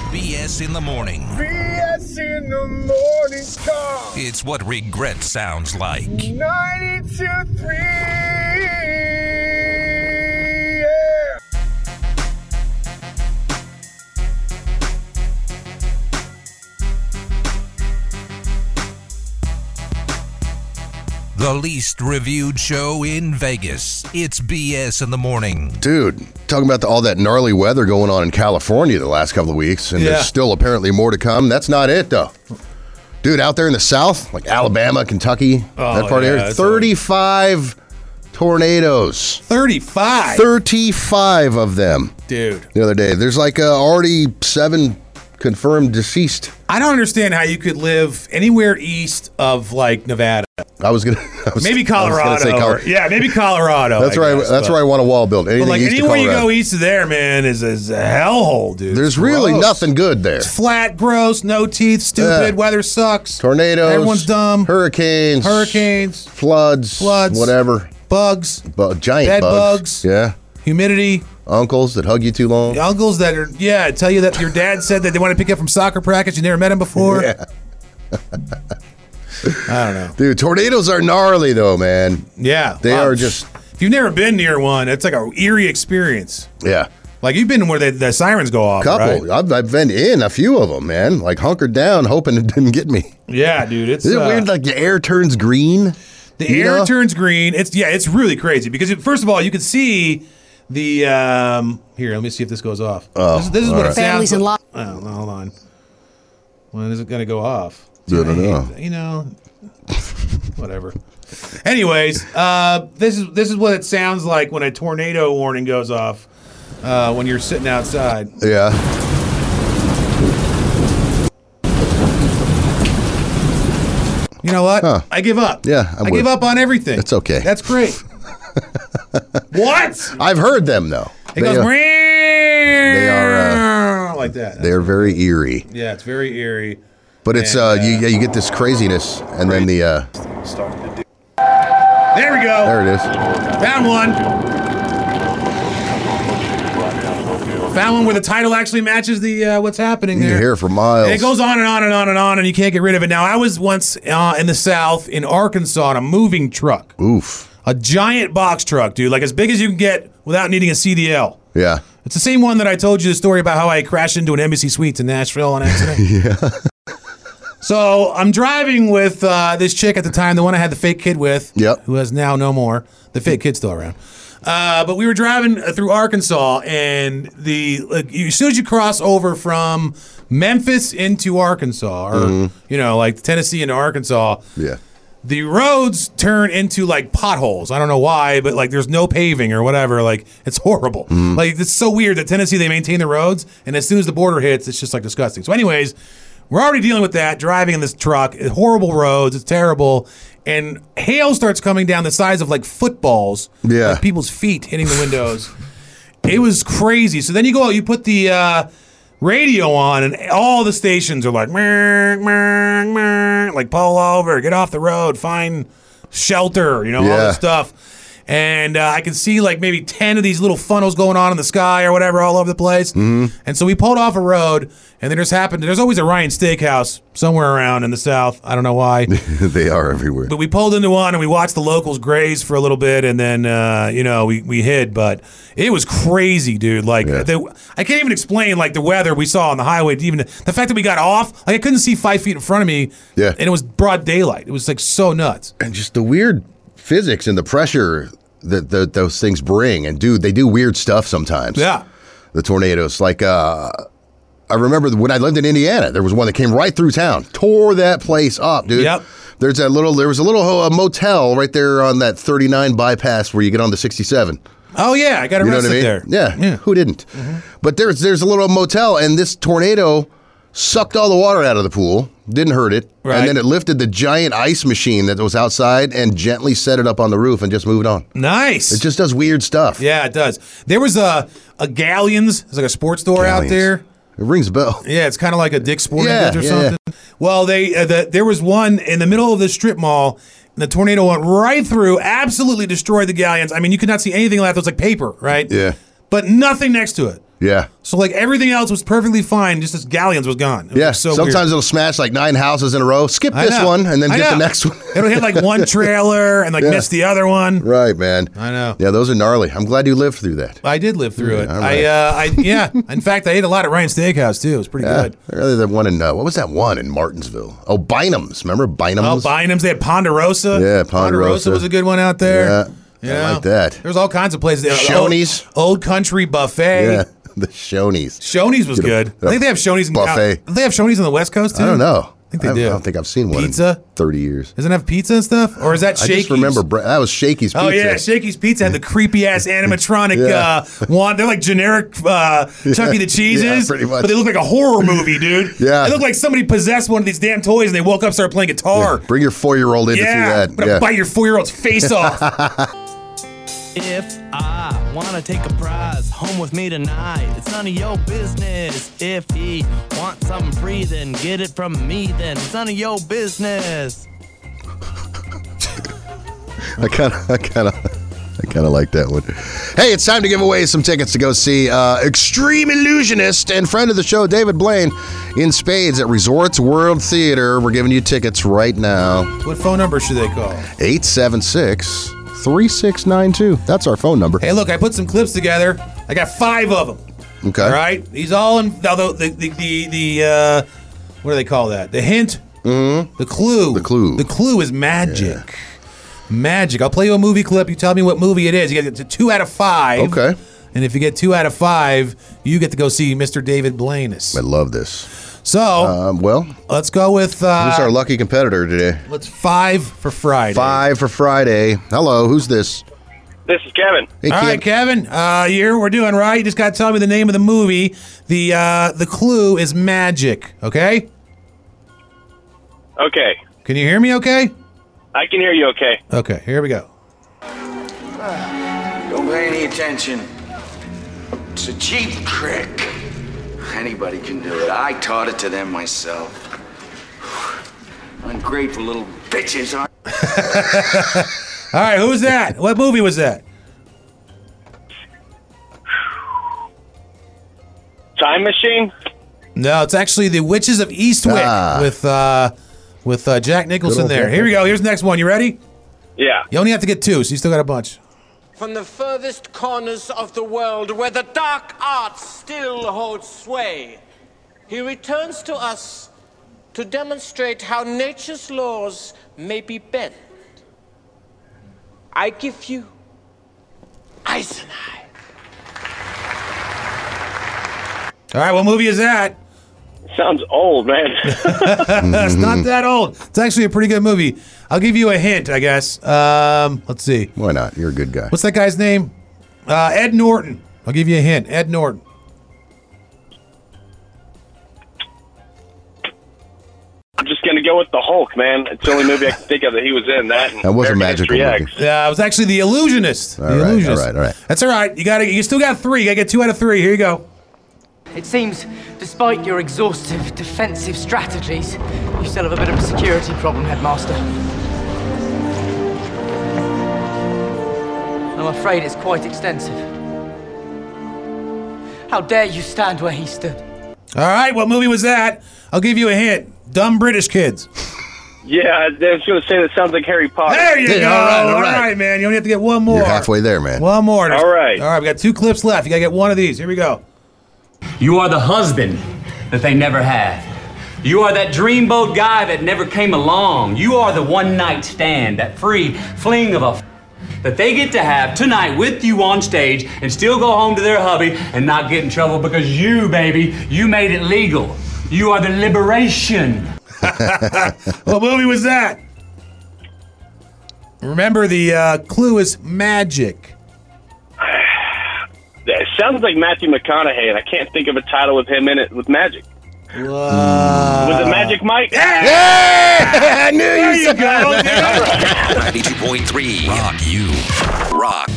[SPEAKER 1] BS in the morning.
[SPEAKER 12] BS in the morning time.
[SPEAKER 1] It's what regret sounds like.
[SPEAKER 12] 92.3.
[SPEAKER 1] The least reviewed show in Vegas. It's BS in the morning.
[SPEAKER 6] dude, talking about the, all that gnarly weather going on in California the last couple of weeks, and
[SPEAKER 1] Yeah.
[SPEAKER 6] there's still apparently more to come. That's not it, though. Dude, out there in the South, like Alabama, Kentucky,
[SPEAKER 7] Oh,
[SPEAKER 6] that part
[SPEAKER 7] yeah,
[SPEAKER 6] of here,
[SPEAKER 7] that's
[SPEAKER 6] 35 tornadoes.
[SPEAKER 7] 35?
[SPEAKER 6] 35 of them.
[SPEAKER 7] Dude.
[SPEAKER 6] The other day, there's like uh, already seven confirmed deceased.
[SPEAKER 7] I don't understand how you could live anywhere east of like Nevada.
[SPEAKER 6] I was gonna I was- I
[SPEAKER 7] maybe
[SPEAKER 6] was
[SPEAKER 7] Colorado.
[SPEAKER 6] gonna say Colo-
[SPEAKER 7] or- yeah, maybe Colorado.
[SPEAKER 6] that's
[SPEAKER 7] I
[SPEAKER 6] where
[SPEAKER 7] guess,
[SPEAKER 6] I, that's
[SPEAKER 7] but-
[SPEAKER 6] where I want a wall built.
[SPEAKER 7] But
[SPEAKER 6] Anything
[SPEAKER 7] like
[SPEAKER 6] east of
[SPEAKER 7] anywhere you
[SPEAKER 6] Colorado.
[SPEAKER 7] go east of there, man, is is a hellhole, dude.
[SPEAKER 6] There's
[SPEAKER 7] It's
[SPEAKER 6] really
[SPEAKER 7] gross.
[SPEAKER 6] nothing good there.
[SPEAKER 7] It's flat, gross, no teeth, stupid.
[SPEAKER 6] Yeah.
[SPEAKER 7] Weather sucks.
[SPEAKER 6] Tornadoes.
[SPEAKER 7] Everyone's dumb.
[SPEAKER 6] Hurricanes.
[SPEAKER 7] Hurricanes.
[SPEAKER 6] Floods.
[SPEAKER 7] Floods.
[SPEAKER 6] Whatever.
[SPEAKER 7] Bugs.
[SPEAKER 6] Bu- giant
[SPEAKER 7] Dead
[SPEAKER 6] bugs.
[SPEAKER 7] bugs.
[SPEAKER 6] Yeah.
[SPEAKER 7] Humidity.
[SPEAKER 6] Uncles that hug you too long.
[SPEAKER 7] Uncles that are yeah tell you that your dad said that they want to pick you up from soccer practice. You never met him before.
[SPEAKER 6] Yeah.
[SPEAKER 7] I don't know.
[SPEAKER 6] Dude, tornadoes are gnarly though, man.
[SPEAKER 7] Yeah,
[SPEAKER 6] They
[SPEAKER 7] wow.
[SPEAKER 6] are just
[SPEAKER 7] If you've never been near one, it's like a eerie experience.
[SPEAKER 6] yeah.
[SPEAKER 7] Like you've been where the, the sirens go off.
[SPEAKER 6] Couple.
[SPEAKER 7] right?
[SPEAKER 6] I've, I've been in a few of them, man. Like hunkered down, hoping it didn't get me.
[SPEAKER 7] Yeah, dude. It's
[SPEAKER 6] Is it
[SPEAKER 7] uh,
[SPEAKER 6] weird? Like the air turns green.
[SPEAKER 7] The
[SPEAKER 6] You
[SPEAKER 7] air
[SPEAKER 6] know?
[SPEAKER 7] turns green. It's yeah, it's really crazy because it, first of all, you can see the um here. Let me see if this goes off.
[SPEAKER 6] Oh,
[SPEAKER 7] this, this is
[SPEAKER 6] all
[SPEAKER 7] what
[SPEAKER 6] right.
[SPEAKER 7] it sounds.
[SPEAKER 6] Families in
[SPEAKER 7] like. Oh, no, hold on. When is it gonna go off?
[SPEAKER 6] I don't know.
[SPEAKER 7] You know, whatever. Anyways, uh, this is this is what it sounds like when a tornado warning goes off uh, when you're sitting outside.
[SPEAKER 6] Yeah.
[SPEAKER 7] You know what?
[SPEAKER 6] Huh.
[SPEAKER 7] I give up.
[SPEAKER 6] Yeah, I'm
[SPEAKER 7] I
[SPEAKER 6] with
[SPEAKER 7] give
[SPEAKER 6] you.
[SPEAKER 7] up on everything.
[SPEAKER 6] It's okay.
[SPEAKER 7] That's great. what?
[SPEAKER 6] I've heard them though. uh,
[SPEAKER 7] It goes.
[SPEAKER 6] are,
[SPEAKER 7] They
[SPEAKER 6] are, uh,
[SPEAKER 7] like that.
[SPEAKER 6] they're very eerie.
[SPEAKER 7] Yeah, it's very eerie.
[SPEAKER 6] But it's
[SPEAKER 7] And,
[SPEAKER 6] uh, you yeah, you get this craziness and then the uh,
[SPEAKER 7] There we go.
[SPEAKER 6] there it is.
[SPEAKER 7] Found one. Found one where the title actually matches the uh, what's happening
[SPEAKER 6] You can
[SPEAKER 7] there.
[SPEAKER 6] hear it for miles.
[SPEAKER 7] And it goes on and on and on and on, and you can't get rid of it. Now, I was once uh, in the South in Arkansas in a moving truck,
[SPEAKER 6] Oof.
[SPEAKER 7] a giant box truck, dude, like as big as you can get without needing a CDL.
[SPEAKER 6] Yeah.
[SPEAKER 7] It's the same one that I told you the story about how I crashed into an Embassy Suites in Nashville on accident.
[SPEAKER 6] Yeah.
[SPEAKER 7] So I'm driving with uh, this chick at the time, the one I had the fake kid with,
[SPEAKER 6] Yep.
[SPEAKER 7] who has now no more. The fake kid's still around. Uh, but we were driving uh, through Arkansas, and the like, you, as soon as you cross over from Memphis into Arkansas, or
[SPEAKER 6] Mm-hmm.
[SPEAKER 7] you know, like Tennessee into Arkansas,
[SPEAKER 6] Yeah.
[SPEAKER 7] the roads turn into like potholes. I don't know why, but like there's no paving or whatever. Like it's horrible. Like it's so weird that Tennessee they maintain the roads, and as soon as the border hits, it's just like disgusting. So, anyways, we're already dealing with that driving in this truck. Horrible roads. It's terrible. And hail starts coming down the size of like footballs.
[SPEAKER 6] Yeah.
[SPEAKER 7] like, people's feet hitting the windows. it was crazy. So then you go out, you put the. Uh, radio on, and all the stations are like, "Meow, meow, meow," like pull over, get off the road, find shelter, you know, all
[SPEAKER 6] Yeah.
[SPEAKER 7] this stuff. And uh, I can see like maybe ten of these little funnels going on in the sky or whatever, all over the place. And so we pulled off a road, and then just happened. There's always a Ryan Steakhouse somewhere around in the south. I don't know why.
[SPEAKER 6] they are everywhere.
[SPEAKER 7] But we pulled into one and we watched the locals graze for a little bit, and then uh, you know we, we hid. But it was crazy, dude. Like
[SPEAKER 6] Yeah.
[SPEAKER 7] the, I can't even explain like the weather we saw on the highway. Even the fact that we got off, like I couldn't see five feet in front of me.
[SPEAKER 6] Yeah.
[SPEAKER 7] and it was broad daylight. It was like so nuts.
[SPEAKER 6] And just the weird physics and the pressure that, that those things bring. And dude, they do weird stuff sometimes.
[SPEAKER 7] Yeah,
[SPEAKER 6] The tornadoes, like uh, I remember when I lived in Indiana, there was one that came right through town, tore that place up, dude. Yep. There's that little. There was a little uh, motel right there on that 39 bypass where you get on the 67.
[SPEAKER 7] Oh yeah, I got
[SPEAKER 6] You know what
[SPEAKER 7] arrested
[SPEAKER 6] I mean?
[SPEAKER 7] there. Mm-hmm.
[SPEAKER 6] Yeah. Who didn't? But there's there's a little motel, and this tornado sucked all the water out of the pool. Didn't hurt it.
[SPEAKER 7] Right.
[SPEAKER 6] And then it lifted the giant ice machine that was outside and gently set it up on the roof and just moved on.
[SPEAKER 7] Nice.
[SPEAKER 6] It just does weird stuff.
[SPEAKER 7] Yeah, it does. There was a a Galleons. It's like a sports store out
[SPEAKER 6] Galleons.
[SPEAKER 7] there.
[SPEAKER 6] It rings a bell.
[SPEAKER 7] Yeah, it's kind of like a Dick's Sporting
[SPEAKER 6] Yeah,
[SPEAKER 7] Goods or
[SPEAKER 6] yeah,
[SPEAKER 7] something. Well, they uh, the, there was one in the middle of the strip mall. And the tornado went right through, absolutely destroyed the galleons. I mean, you could not see anything left. It was like paper, right?
[SPEAKER 6] Yeah.
[SPEAKER 7] But nothing next to it.
[SPEAKER 6] Yeah.
[SPEAKER 7] So like everything else was perfectly fine. Just this galleons was gone. It was
[SPEAKER 6] Yeah.
[SPEAKER 7] so
[SPEAKER 6] Sometimes
[SPEAKER 7] weird.
[SPEAKER 6] it'll smash like nine houses in a row. Skip
[SPEAKER 7] I
[SPEAKER 6] this
[SPEAKER 7] know.
[SPEAKER 6] one and then
[SPEAKER 7] I
[SPEAKER 6] get the
[SPEAKER 7] know.
[SPEAKER 6] next one.
[SPEAKER 7] It'll hit like one trailer and like
[SPEAKER 6] Yeah.
[SPEAKER 7] miss the other one.
[SPEAKER 6] Right, man.
[SPEAKER 7] I know.
[SPEAKER 6] Yeah, those are gnarly. I'm glad you lived through that.
[SPEAKER 7] I did live through
[SPEAKER 6] Yeah,
[SPEAKER 7] it.
[SPEAKER 6] all right.
[SPEAKER 7] I, uh, I yeah. In fact, I ate a lot at Ryan's Steakhouse too. It was pretty
[SPEAKER 6] Yeah.
[SPEAKER 7] good.
[SPEAKER 6] Rather than one in uh, what was that one in Martinsville? Oh, Bynum's. Remember
[SPEAKER 7] Oh,
[SPEAKER 6] Bynum's?
[SPEAKER 7] Bynum's. They had Ponderosa.
[SPEAKER 6] Yeah, Ponderosa.
[SPEAKER 7] was a good one out there.
[SPEAKER 6] Yeah,
[SPEAKER 7] Yeah.
[SPEAKER 6] I like that.
[SPEAKER 7] There's all kinds of places. There.
[SPEAKER 6] Shoney's.
[SPEAKER 7] Old, Old Country Buffet.
[SPEAKER 6] Yeah, the Shoney's.
[SPEAKER 7] Shoney's was
[SPEAKER 6] Get a-
[SPEAKER 7] good. I think they have Shoney's in
[SPEAKER 6] buffet.
[SPEAKER 7] Uh, they have Shoney's on the West Coast too.
[SPEAKER 6] I don't know.
[SPEAKER 7] I think they
[SPEAKER 6] I
[SPEAKER 7] do.
[SPEAKER 6] don't think I've seen one
[SPEAKER 7] Pizza?
[SPEAKER 6] in 30 years.
[SPEAKER 7] Doesn't it have pizza and stuff, or is that
[SPEAKER 6] I
[SPEAKER 7] Shakey's?
[SPEAKER 6] just remember bre- that was Shakey's pizza.
[SPEAKER 7] Oh yeah, Shakey's Pizza had the creepy ass animatronic
[SPEAKER 6] Yeah.
[SPEAKER 7] uh, one. They're like generic uh, Chucky
[SPEAKER 6] Yeah,
[SPEAKER 7] the Cheeses,
[SPEAKER 6] pretty much.
[SPEAKER 7] but they look like a horror movie, dude.
[SPEAKER 6] Yeah.
[SPEAKER 7] they look like somebody possessed one of these damn toys and they woke up, and started playing guitar.
[SPEAKER 6] Bring your four year old in
[SPEAKER 7] Yeah,
[SPEAKER 6] to see
[SPEAKER 7] but
[SPEAKER 6] that. Yeah.
[SPEAKER 7] bite your four-year-old's face off.
[SPEAKER 13] If I wanna take a prize home with me tonight, it's none of your business. If he wants something free, then get it from me. Then it's none of your business.
[SPEAKER 6] I kind of, I kind of, I kind of like that one. Hey, it's time to give away some tickets to go see uh, extreme illusionist and friend of the show David Blaine in Spades at Resorts World Theater. We're giving you tickets right now.
[SPEAKER 7] what phone number should they call?
[SPEAKER 6] 876 3692. That's our phone number.
[SPEAKER 7] Hey, look, I put some clips together. I got five of them.
[SPEAKER 6] Okay.
[SPEAKER 7] All right, these all in. Although the the the, the uh, what do they call that? The hint,
[SPEAKER 6] Mm-hmm.
[SPEAKER 7] the clue, the clue, the clue is magic. Magic. I'll play you a movie clip. You tell me what movie it is. You get a two out of five.
[SPEAKER 6] Okay.
[SPEAKER 7] And if you get two out of five, you get to go see Mr. David Blainus.
[SPEAKER 6] I love this.
[SPEAKER 7] So,
[SPEAKER 6] um, well,
[SPEAKER 7] let's go with uh,
[SPEAKER 6] who's our lucky competitor today?
[SPEAKER 7] Let's five for Friday.
[SPEAKER 6] Five for Friday. Hello, who's this?
[SPEAKER 8] This is Kevin.
[SPEAKER 6] Hey,
[SPEAKER 7] All right, Kevin. Uh, you hear what we're doing, right? You just got to tell me the name of the movie. The uh, the clue is magic. Okay.
[SPEAKER 8] Okay,
[SPEAKER 7] Can you hear me? Okay.
[SPEAKER 8] I can hear you. Okay.
[SPEAKER 7] Okay. Here we go.
[SPEAKER 14] Don't pay any attention. It's a cheap trick. Anybody can do it. I taught it to them myself. Ungrateful little bitches, aren't
[SPEAKER 7] All right. Who's that? what movie was that?
[SPEAKER 8] Time machine.
[SPEAKER 7] No, it's actually The Witches of Eastwick with uh, with uh, Jack Nicholson.
[SPEAKER 8] old
[SPEAKER 7] There.
[SPEAKER 8] Jack
[SPEAKER 7] Here we go. Here's the next one. You ready?
[SPEAKER 8] Yeah.
[SPEAKER 7] You only have to get two, so you still got a bunch.
[SPEAKER 15] From the furthest corners of the world where the dark arts still hold sway, he returns to us to demonstrate how nature's laws may be bent. I give you Eisenheim.
[SPEAKER 7] All right. What movie is that?
[SPEAKER 8] Sounds old, man.
[SPEAKER 7] it's
[SPEAKER 6] Mm-hmm.
[SPEAKER 7] not that old. It's actually a pretty good movie. I'll give you a hint, I guess. Um, let's see.
[SPEAKER 6] Why not? You're a good guy.
[SPEAKER 7] What's that guy's name? Uh, Ed Norton. I'll give you a hint. Ed Norton.
[SPEAKER 8] I'm just gonna go with the Hulk, man. It's the only movie I can think of that he was in. That and
[SPEAKER 6] That was a magical
[SPEAKER 8] History X.
[SPEAKER 6] movie.
[SPEAKER 7] Yeah, it Uh, was actually the illusionist.
[SPEAKER 6] All
[SPEAKER 7] the
[SPEAKER 6] right, all
[SPEAKER 7] illusionist.
[SPEAKER 6] right, all right.
[SPEAKER 7] That's all right. You got to You still got three. You got to get two out of three. Here you go.
[SPEAKER 16] It seems, despite your exhaustive defensive strategies, you still have a bit of a security problem, Headmaster. I'm afraid it's quite extensive. How dare you stand where he stood?
[SPEAKER 7] All right. What movie was that? I'll give you a hint. Dumb British kids.
[SPEAKER 8] Yeah, I was gonna say that sounds like Harry Potter.
[SPEAKER 7] There you go. all right. man. You only have to get one more.
[SPEAKER 6] You're halfway there, man.
[SPEAKER 7] One more.
[SPEAKER 8] All right.
[SPEAKER 7] All right. We got two clips left. You got to get one of these. Here we go.
[SPEAKER 17] You are the husband that they never had. You are that dreamboat guy that never came along. You are the one night stand, that free fling of a f- that they get to have tonight with you on stage and still go home to their hubby and not get in trouble because you, baby, you made it legal. You are the liberation.
[SPEAKER 7] what movie was that? Remember the uh, clue is magic.
[SPEAKER 8] It sounds like Matthew McConaughey, and I can't think of a title with him in it with magic.
[SPEAKER 6] Hmm.
[SPEAKER 8] Was it Magic Mike?
[SPEAKER 6] I knew
[SPEAKER 8] There you go.
[SPEAKER 1] 92.3 Rock You. Rock.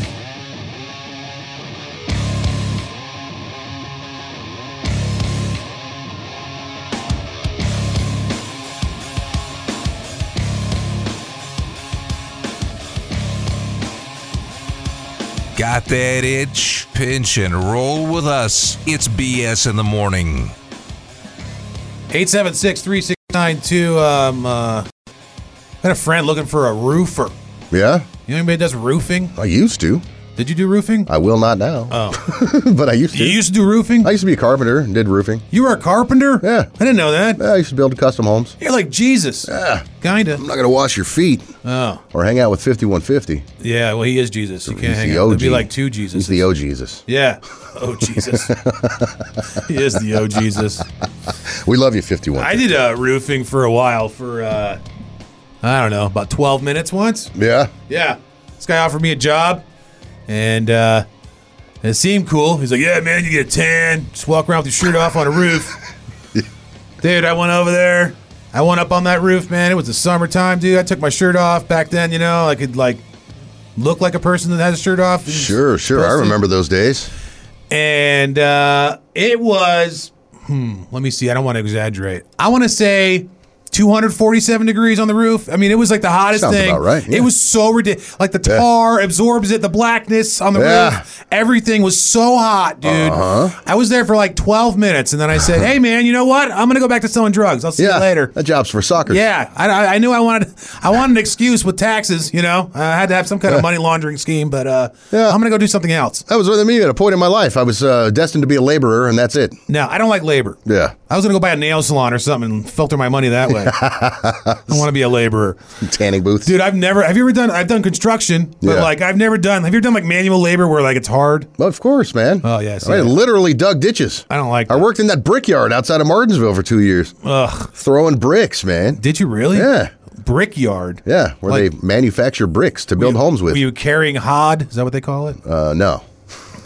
[SPEAKER 1] Got that itch? Pinch and roll with us. It's BS in the morning.
[SPEAKER 7] 876 3692. Um, uh, I had a friend looking for a roofer.
[SPEAKER 6] Yeah,
[SPEAKER 7] You know anybody that does roofing?
[SPEAKER 6] I used to.
[SPEAKER 7] Did you do roofing?
[SPEAKER 6] I will not now. Oh, but I used to.
[SPEAKER 7] You used to do roofing?
[SPEAKER 6] I used to be a carpenter and did roofing.
[SPEAKER 7] You were a carpenter?
[SPEAKER 6] Yeah,
[SPEAKER 7] I didn't know that.
[SPEAKER 6] Yeah, I used to build custom homes.
[SPEAKER 7] You're like Jesus.
[SPEAKER 6] Yeah.
[SPEAKER 7] Kinda.
[SPEAKER 6] I'm not gonna wash your feet
[SPEAKER 7] Oh.
[SPEAKER 6] or hang out with 5150.
[SPEAKER 7] Yeah, well, he is Jesus. You can't
[SPEAKER 6] He's
[SPEAKER 7] hang
[SPEAKER 6] the
[SPEAKER 7] out. It'd be
[SPEAKER 6] OG.
[SPEAKER 7] like two Jesus.
[SPEAKER 6] He's the O Jesus.
[SPEAKER 7] Yeah. Oh, Jesus. he is the O Jesus.
[SPEAKER 6] We love you, 51.
[SPEAKER 7] I did uh, roofing for a while for, uh, I don't know, about 12 minutes once.
[SPEAKER 6] Yeah.
[SPEAKER 7] Yeah. This guy offered me a job and uh, it seemed cool. He's like, yeah, man, you get a tan. Just walk around with your shirt off on a roof. dude, I went over there. I went up on that roof, man. It was the summertime, dude. I took my shirt off back then, you know. I could, like, look like a person that has a shirt off.
[SPEAKER 6] Sure, sure. I
[SPEAKER 7] Preston.
[SPEAKER 6] remember those days.
[SPEAKER 7] And uh, it was, hmm, let me see. I don't want to exaggerate. I want to say 247 degrees on the roof. I mean, it was like the hottest
[SPEAKER 6] Sounds
[SPEAKER 7] thing.
[SPEAKER 6] about right, yeah.
[SPEAKER 7] It was so ridiculous. Like the
[SPEAKER 6] Yeah.
[SPEAKER 7] tar absorbs it, the blackness on the
[SPEAKER 6] Yeah.
[SPEAKER 7] roof. Everything was so hot, dude.
[SPEAKER 6] Uh-huh.
[SPEAKER 7] I was there for like 12 minutes, and then I said, "Hey, man, you know what? I'm gonna go back to selling drugs. I'll see
[SPEAKER 6] Yeah.
[SPEAKER 7] you later."
[SPEAKER 6] That job's for soccer.
[SPEAKER 7] Yeah, I- I, I knew I wanted I wanted an excuse with taxes. You know, I had to have some kind
[SPEAKER 6] Yeah.
[SPEAKER 7] of money laundering scheme, but uh,
[SPEAKER 6] Yeah.
[SPEAKER 7] I'm gonna go do something else.
[SPEAKER 6] That was with me at a point in my life. I was uh, destined to be a laborer, and that's it.
[SPEAKER 7] No, I don't like labor.
[SPEAKER 6] Yeah.
[SPEAKER 7] I was gonna go buy a nail salon or something and filter my money that way. I want to be a laborer,
[SPEAKER 6] Tanning booth.
[SPEAKER 7] dude. I've never. Have you ever done? I've done construction, but
[SPEAKER 6] Yeah.
[SPEAKER 7] like I've never done. Have you ever done like manual labor where like it's hard?
[SPEAKER 6] Of course, man.
[SPEAKER 7] Oh yeah, I see
[SPEAKER 6] I
[SPEAKER 7] that.
[SPEAKER 6] literally dug ditches.
[SPEAKER 7] I don't like.
[SPEAKER 6] I worked in that brickyard outside of Martinsville for two years,
[SPEAKER 7] Ugh.
[SPEAKER 6] throwing bricks, man.
[SPEAKER 7] Did you really?
[SPEAKER 6] Yeah.
[SPEAKER 7] Brickyard.
[SPEAKER 6] Yeah, where they manufacture bricks to build homes with.
[SPEAKER 7] Were you carrying hod? Is that what they call it?
[SPEAKER 6] uh, no,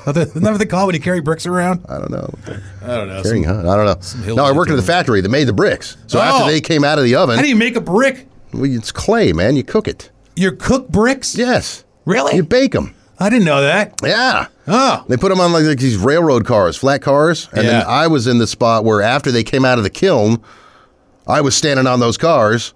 [SPEAKER 7] Isn't that what they call it when you carry bricks around?
[SPEAKER 6] I don't know.
[SPEAKER 7] I don't know.
[SPEAKER 6] Carrying, huh? I don't know.
[SPEAKER 7] hills
[SPEAKER 6] No, I
[SPEAKER 7] out
[SPEAKER 6] worked at
[SPEAKER 7] there.
[SPEAKER 6] the factory that made the bricks. So
[SPEAKER 7] Oh.
[SPEAKER 6] after they came out of the
[SPEAKER 7] How
[SPEAKER 6] oven,
[SPEAKER 7] do you make a brick?
[SPEAKER 6] well, it's clay, man. You cook it.
[SPEAKER 7] You cook bricks?
[SPEAKER 6] Yes.
[SPEAKER 7] Really?
[SPEAKER 6] You bake them.
[SPEAKER 7] I didn't know that.
[SPEAKER 6] Yeah.
[SPEAKER 7] Oh.
[SPEAKER 6] They put them on like, like these railroad cars, flat cars, and then
[SPEAKER 7] Yeah.
[SPEAKER 6] I was in the spot where after they came out of the kiln, I was standing on those cars,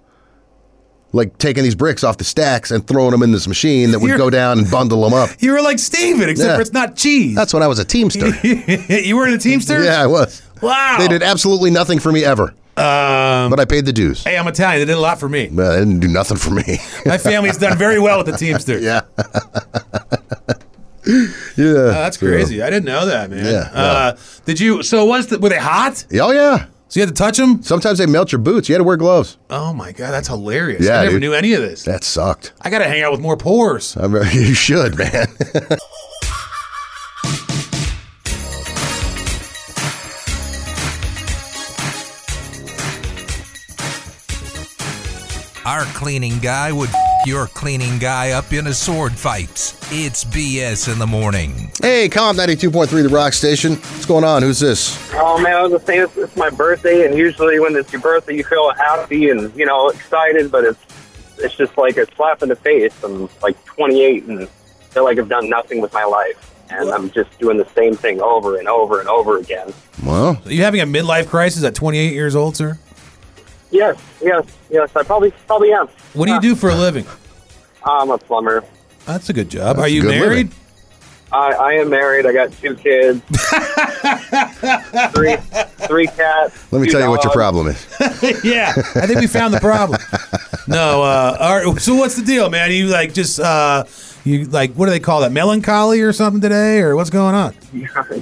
[SPEAKER 6] like taking these bricks off the stacks and throwing them in this machine that would
[SPEAKER 7] You're-
[SPEAKER 6] go down and bundle them up.
[SPEAKER 7] You were like Steven, except
[SPEAKER 6] Yeah.
[SPEAKER 7] for it's not cheese.
[SPEAKER 6] That's when I was a teamster.
[SPEAKER 7] you were in a Teamster?
[SPEAKER 6] yeah, I was.
[SPEAKER 7] Wow.
[SPEAKER 6] They did absolutely nothing for me ever,
[SPEAKER 7] Um,
[SPEAKER 6] but I paid the dues.
[SPEAKER 7] hey, I'm Italian. They did a lot for me.
[SPEAKER 6] Well, they didn't do nothing for me.
[SPEAKER 7] My family's done very well with the Teamsters.
[SPEAKER 6] yeah. yeah.
[SPEAKER 7] Uh, that's crazy. I didn't know that, man.
[SPEAKER 6] Yeah, no.
[SPEAKER 7] Uh, did you? So was the, were they hot?
[SPEAKER 6] Oh yeah.
[SPEAKER 7] So you had to touch them?
[SPEAKER 6] Sometimes they melt your boots. You had to wear gloves.
[SPEAKER 7] Oh my god, that's hilarious.
[SPEAKER 6] Yeah,
[SPEAKER 7] I never
[SPEAKER 6] dude.
[SPEAKER 7] knew any of this.
[SPEAKER 6] That sucked.
[SPEAKER 7] I gotta hang out with more pores.
[SPEAKER 6] I mean, you should, man.
[SPEAKER 1] Our cleaning guy would your cleaning guy up in a sword fight. It's BS in the morning.
[SPEAKER 6] hey, Calm 92.3, The Rock Station. What's going on? Who's this?
[SPEAKER 18] Oh man, I was gonna say it's, it's my birthday, and usually when it's your birthday, you feel happy and you know excited, but it's it's just like a slap in the face. I'm like 28 and feel like I've done nothing with my life, and I'm just doing the same thing over and over and over again.
[SPEAKER 6] Well,
[SPEAKER 7] Are you having a midlife crisis at 28 years old, sir?
[SPEAKER 18] Yes, yes, yes. I probably probably am. Ah,
[SPEAKER 7] What do you do for a living?
[SPEAKER 18] I'm a plumber.
[SPEAKER 7] That's a good job.
[SPEAKER 6] That's
[SPEAKER 7] Are
[SPEAKER 6] a
[SPEAKER 7] you
[SPEAKER 6] good
[SPEAKER 7] married?
[SPEAKER 6] living.
[SPEAKER 18] I, I am married. I got two kids, three three cats.
[SPEAKER 6] let me
[SPEAKER 18] two
[SPEAKER 6] tell you what your
[SPEAKER 18] dogs.
[SPEAKER 6] problem is.
[SPEAKER 7] yeah, I think we found the problem. No, uh, all right. So what's the deal, man? you like just uh, you like what do they call that? Melancholy or something today, or what's going on?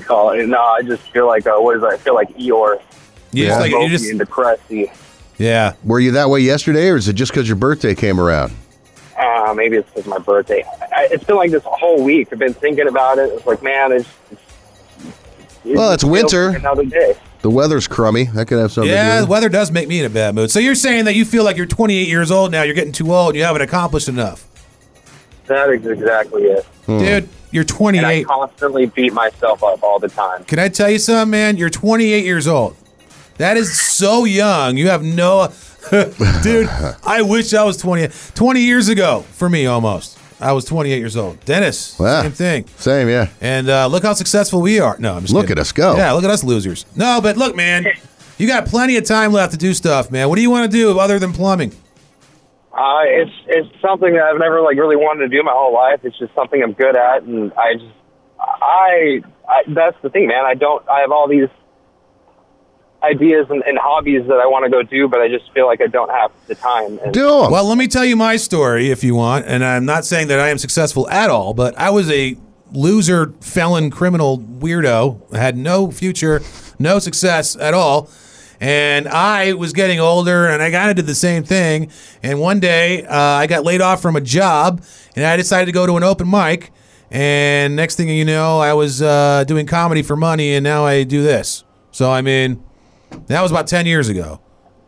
[SPEAKER 18] Call it- No, I just feel like uh, what is that? I feel like Eeyore.
[SPEAKER 7] You just, like, you
[SPEAKER 18] Mopey
[SPEAKER 7] just
[SPEAKER 18] and depressy.
[SPEAKER 7] yeah.
[SPEAKER 6] Were you that way yesterday, or is it just because your birthday came around?
[SPEAKER 18] ah, Uh, maybe it's because my birthday. I- I, it's been like this whole week. I've been thinking about it. It's like, man, it's, it's
[SPEAKER 6] Well, it's
[SPEAKER 18] feels
[SPEAKER 6] winter.
[SPEAKER 18] like Another day.
[SPEAKER 6] The weather's crummy. That could have something.
[SPEAKER 7] Yeah,
[SPEAKER 6] to
[SPEAKER 7] the
[SPEAKER 6] do with
[SPEAKER 7] weather does make me in a bad mood. So you're saying that you feel like you're 28 years old now, you're getting too old, you haven't accomplished enough.
[SPEAKER 18] That is exactly it.
[SPEAKER 6] Hmm.
[SPEAKER 7] Dude, you're
[SPEAKER 18] And I
[SPEAKER 7] 28.
[SPEAKER 18] constantly beat myself up all the time.
[SPEAKER 7] Can I tell you something, man? You're 28 years old. That is so young. You have no. Dude, I wish I was 20. 20 years ago for me, almost. I was 28 years old. Dennis,
[SPEAKER 6] Wow.
[SPEAKER 7] same thing.
[SPEAKER 6] it. Same, yeah.
[SPEAKER 7] And uh, look how successful we are. No, I'm just
[SPEAKER 6] Look
[SPEAKER 7] kidding.
[SPEAKER 6] at us go.
[SPEAKER 7] Yeah, look at us losers. No, but look, man, you got plenty of time left to do stuff, man. What do you want to do other than plumbing?
[SPEAKER 18] Uh, it's it's something that I've never like really wanted to do my whole life. It's just something I'm good at, and I just I, I that's the thing, man. I don't. I have all these ideas and, and hobbies that I want to go do, but I just feel like I don't have the time. And
[SPEAKER 7] Do Well, let me tell you my story if you want. And I'm not saying that I am successful at all, but I was a loser, felon, criminal, weirdo, had no future, no success at all. And I was getting older and I kind of did the same thing. And one day uh, I got laid off from a job and I decided to go to an open mic. And next thing you know, I was uh, doing comedy for money and now I do this. So, I mean, that was about 10 years ago,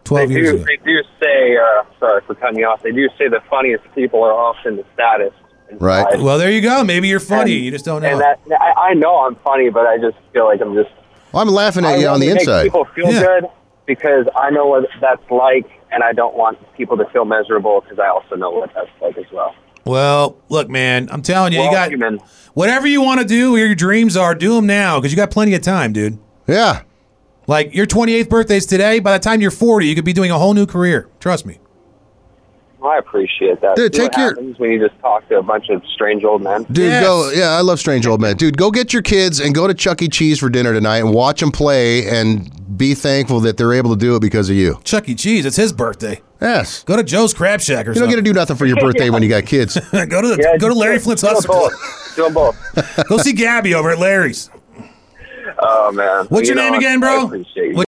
[SPEAKER 7] 12
[SPEAKER 18] they
[SPEAKER 7] years
[SPEAKER 18] do.
[SPEAKER 7] ago.
[SPEAKER 18] They do say. Uh, sorry for cutting you off. They do say the funniest people are often the saddest.
[SPEAKER 6] Right.
[SPEAKER 7] Well, there you go. Maybe you're funny.
[SPEAKER 18] And-
[SPEAKER 7] you just don't know.
[SPEAKER 18] And that, I, I know I'm funny, but I just feel like I'm just
[SPEAKER 6] Well, I'm laughing at
[SPEAKER 18] I
[SPEAKER 6] you on
[SPEAKER 18] want
[SPEAKER 6] the
[SPEAKER 18] to make
[SPEAKER 6] inside.
[SPEAKER 18] People feel good because I know what that's like, and I don't want people to feel miserable because I also know what that's like as well.
[SPEAKER 7] well, look, man. I'm telling you,
[SPEAKER 18] We're
[SPEAKER 7] you
[SPEAKER 18] all
[SPEAKER 7] got
[SPEAKER 18] human.
[SPEAKER 7] whatever you want to do, where your dreams are, do them now because you got plenty of time, dude.
[SPEAKER 6] Yeah.
[SPEAKER 7] Like your 28th birthday's today. By the time you're 40, you could be doing a whole new career. Trust me.
[SPEAKER 18] I appreciate that.
[SPEAKER 6] Dude,
[SPEAKER 18] See
[SPEAKER 6] take
[SPEAKER 18] what
[SPEAKER 6] your-
[SPEAKER 18] happens when you just talk to a bunch of strange old men.
[SPEAKER 6] Dude, go. Yeah, I love strange old men. Dude, go get your kids and go to Chuck E. Cheese for dinner tonight and watch them play and be thankful that they're able to do it because of you.
[SPEAKER 7] Chuck E. Cheese. It's his birthday.
[SPEAKER 6] Yes.
[SPEAKER 7] Go to Joe's Crab Shack or
[SPEAKER 6] You don't get to
[SPEAKER 7] something.
[SPEAKER 6] do nothing for your birthday when you got kids.
[SPEAKER 7] go to the,
[SPEAKER 18] Yeah,
[SPEAKER 7] go to
[SPEAKER 18] just
[SPEAKER 7] Larry
[SPEAKER 18] do it.
[SPEAKER 7] Flint's
[SPEAKER 18] Do 'em
[SPEAKER 7] Hustle.
[SPEAKER 18] Do them both.
[SPEAKER 7] Club. go see Gabby over at Larry's.
[SPEAKER 18] Oh man.
[SPEAKER 7] What's
[SPEAKER 18] You
[SPEAKER 7] your
[SPEAKER 18] Oh, know, I-
[SPEAKER 7] name again,
[SPEAKER 18] I
[SPEAKER 7] bro?
[SPEAKER 18] appreciate you.
[SPEAKER 7] What-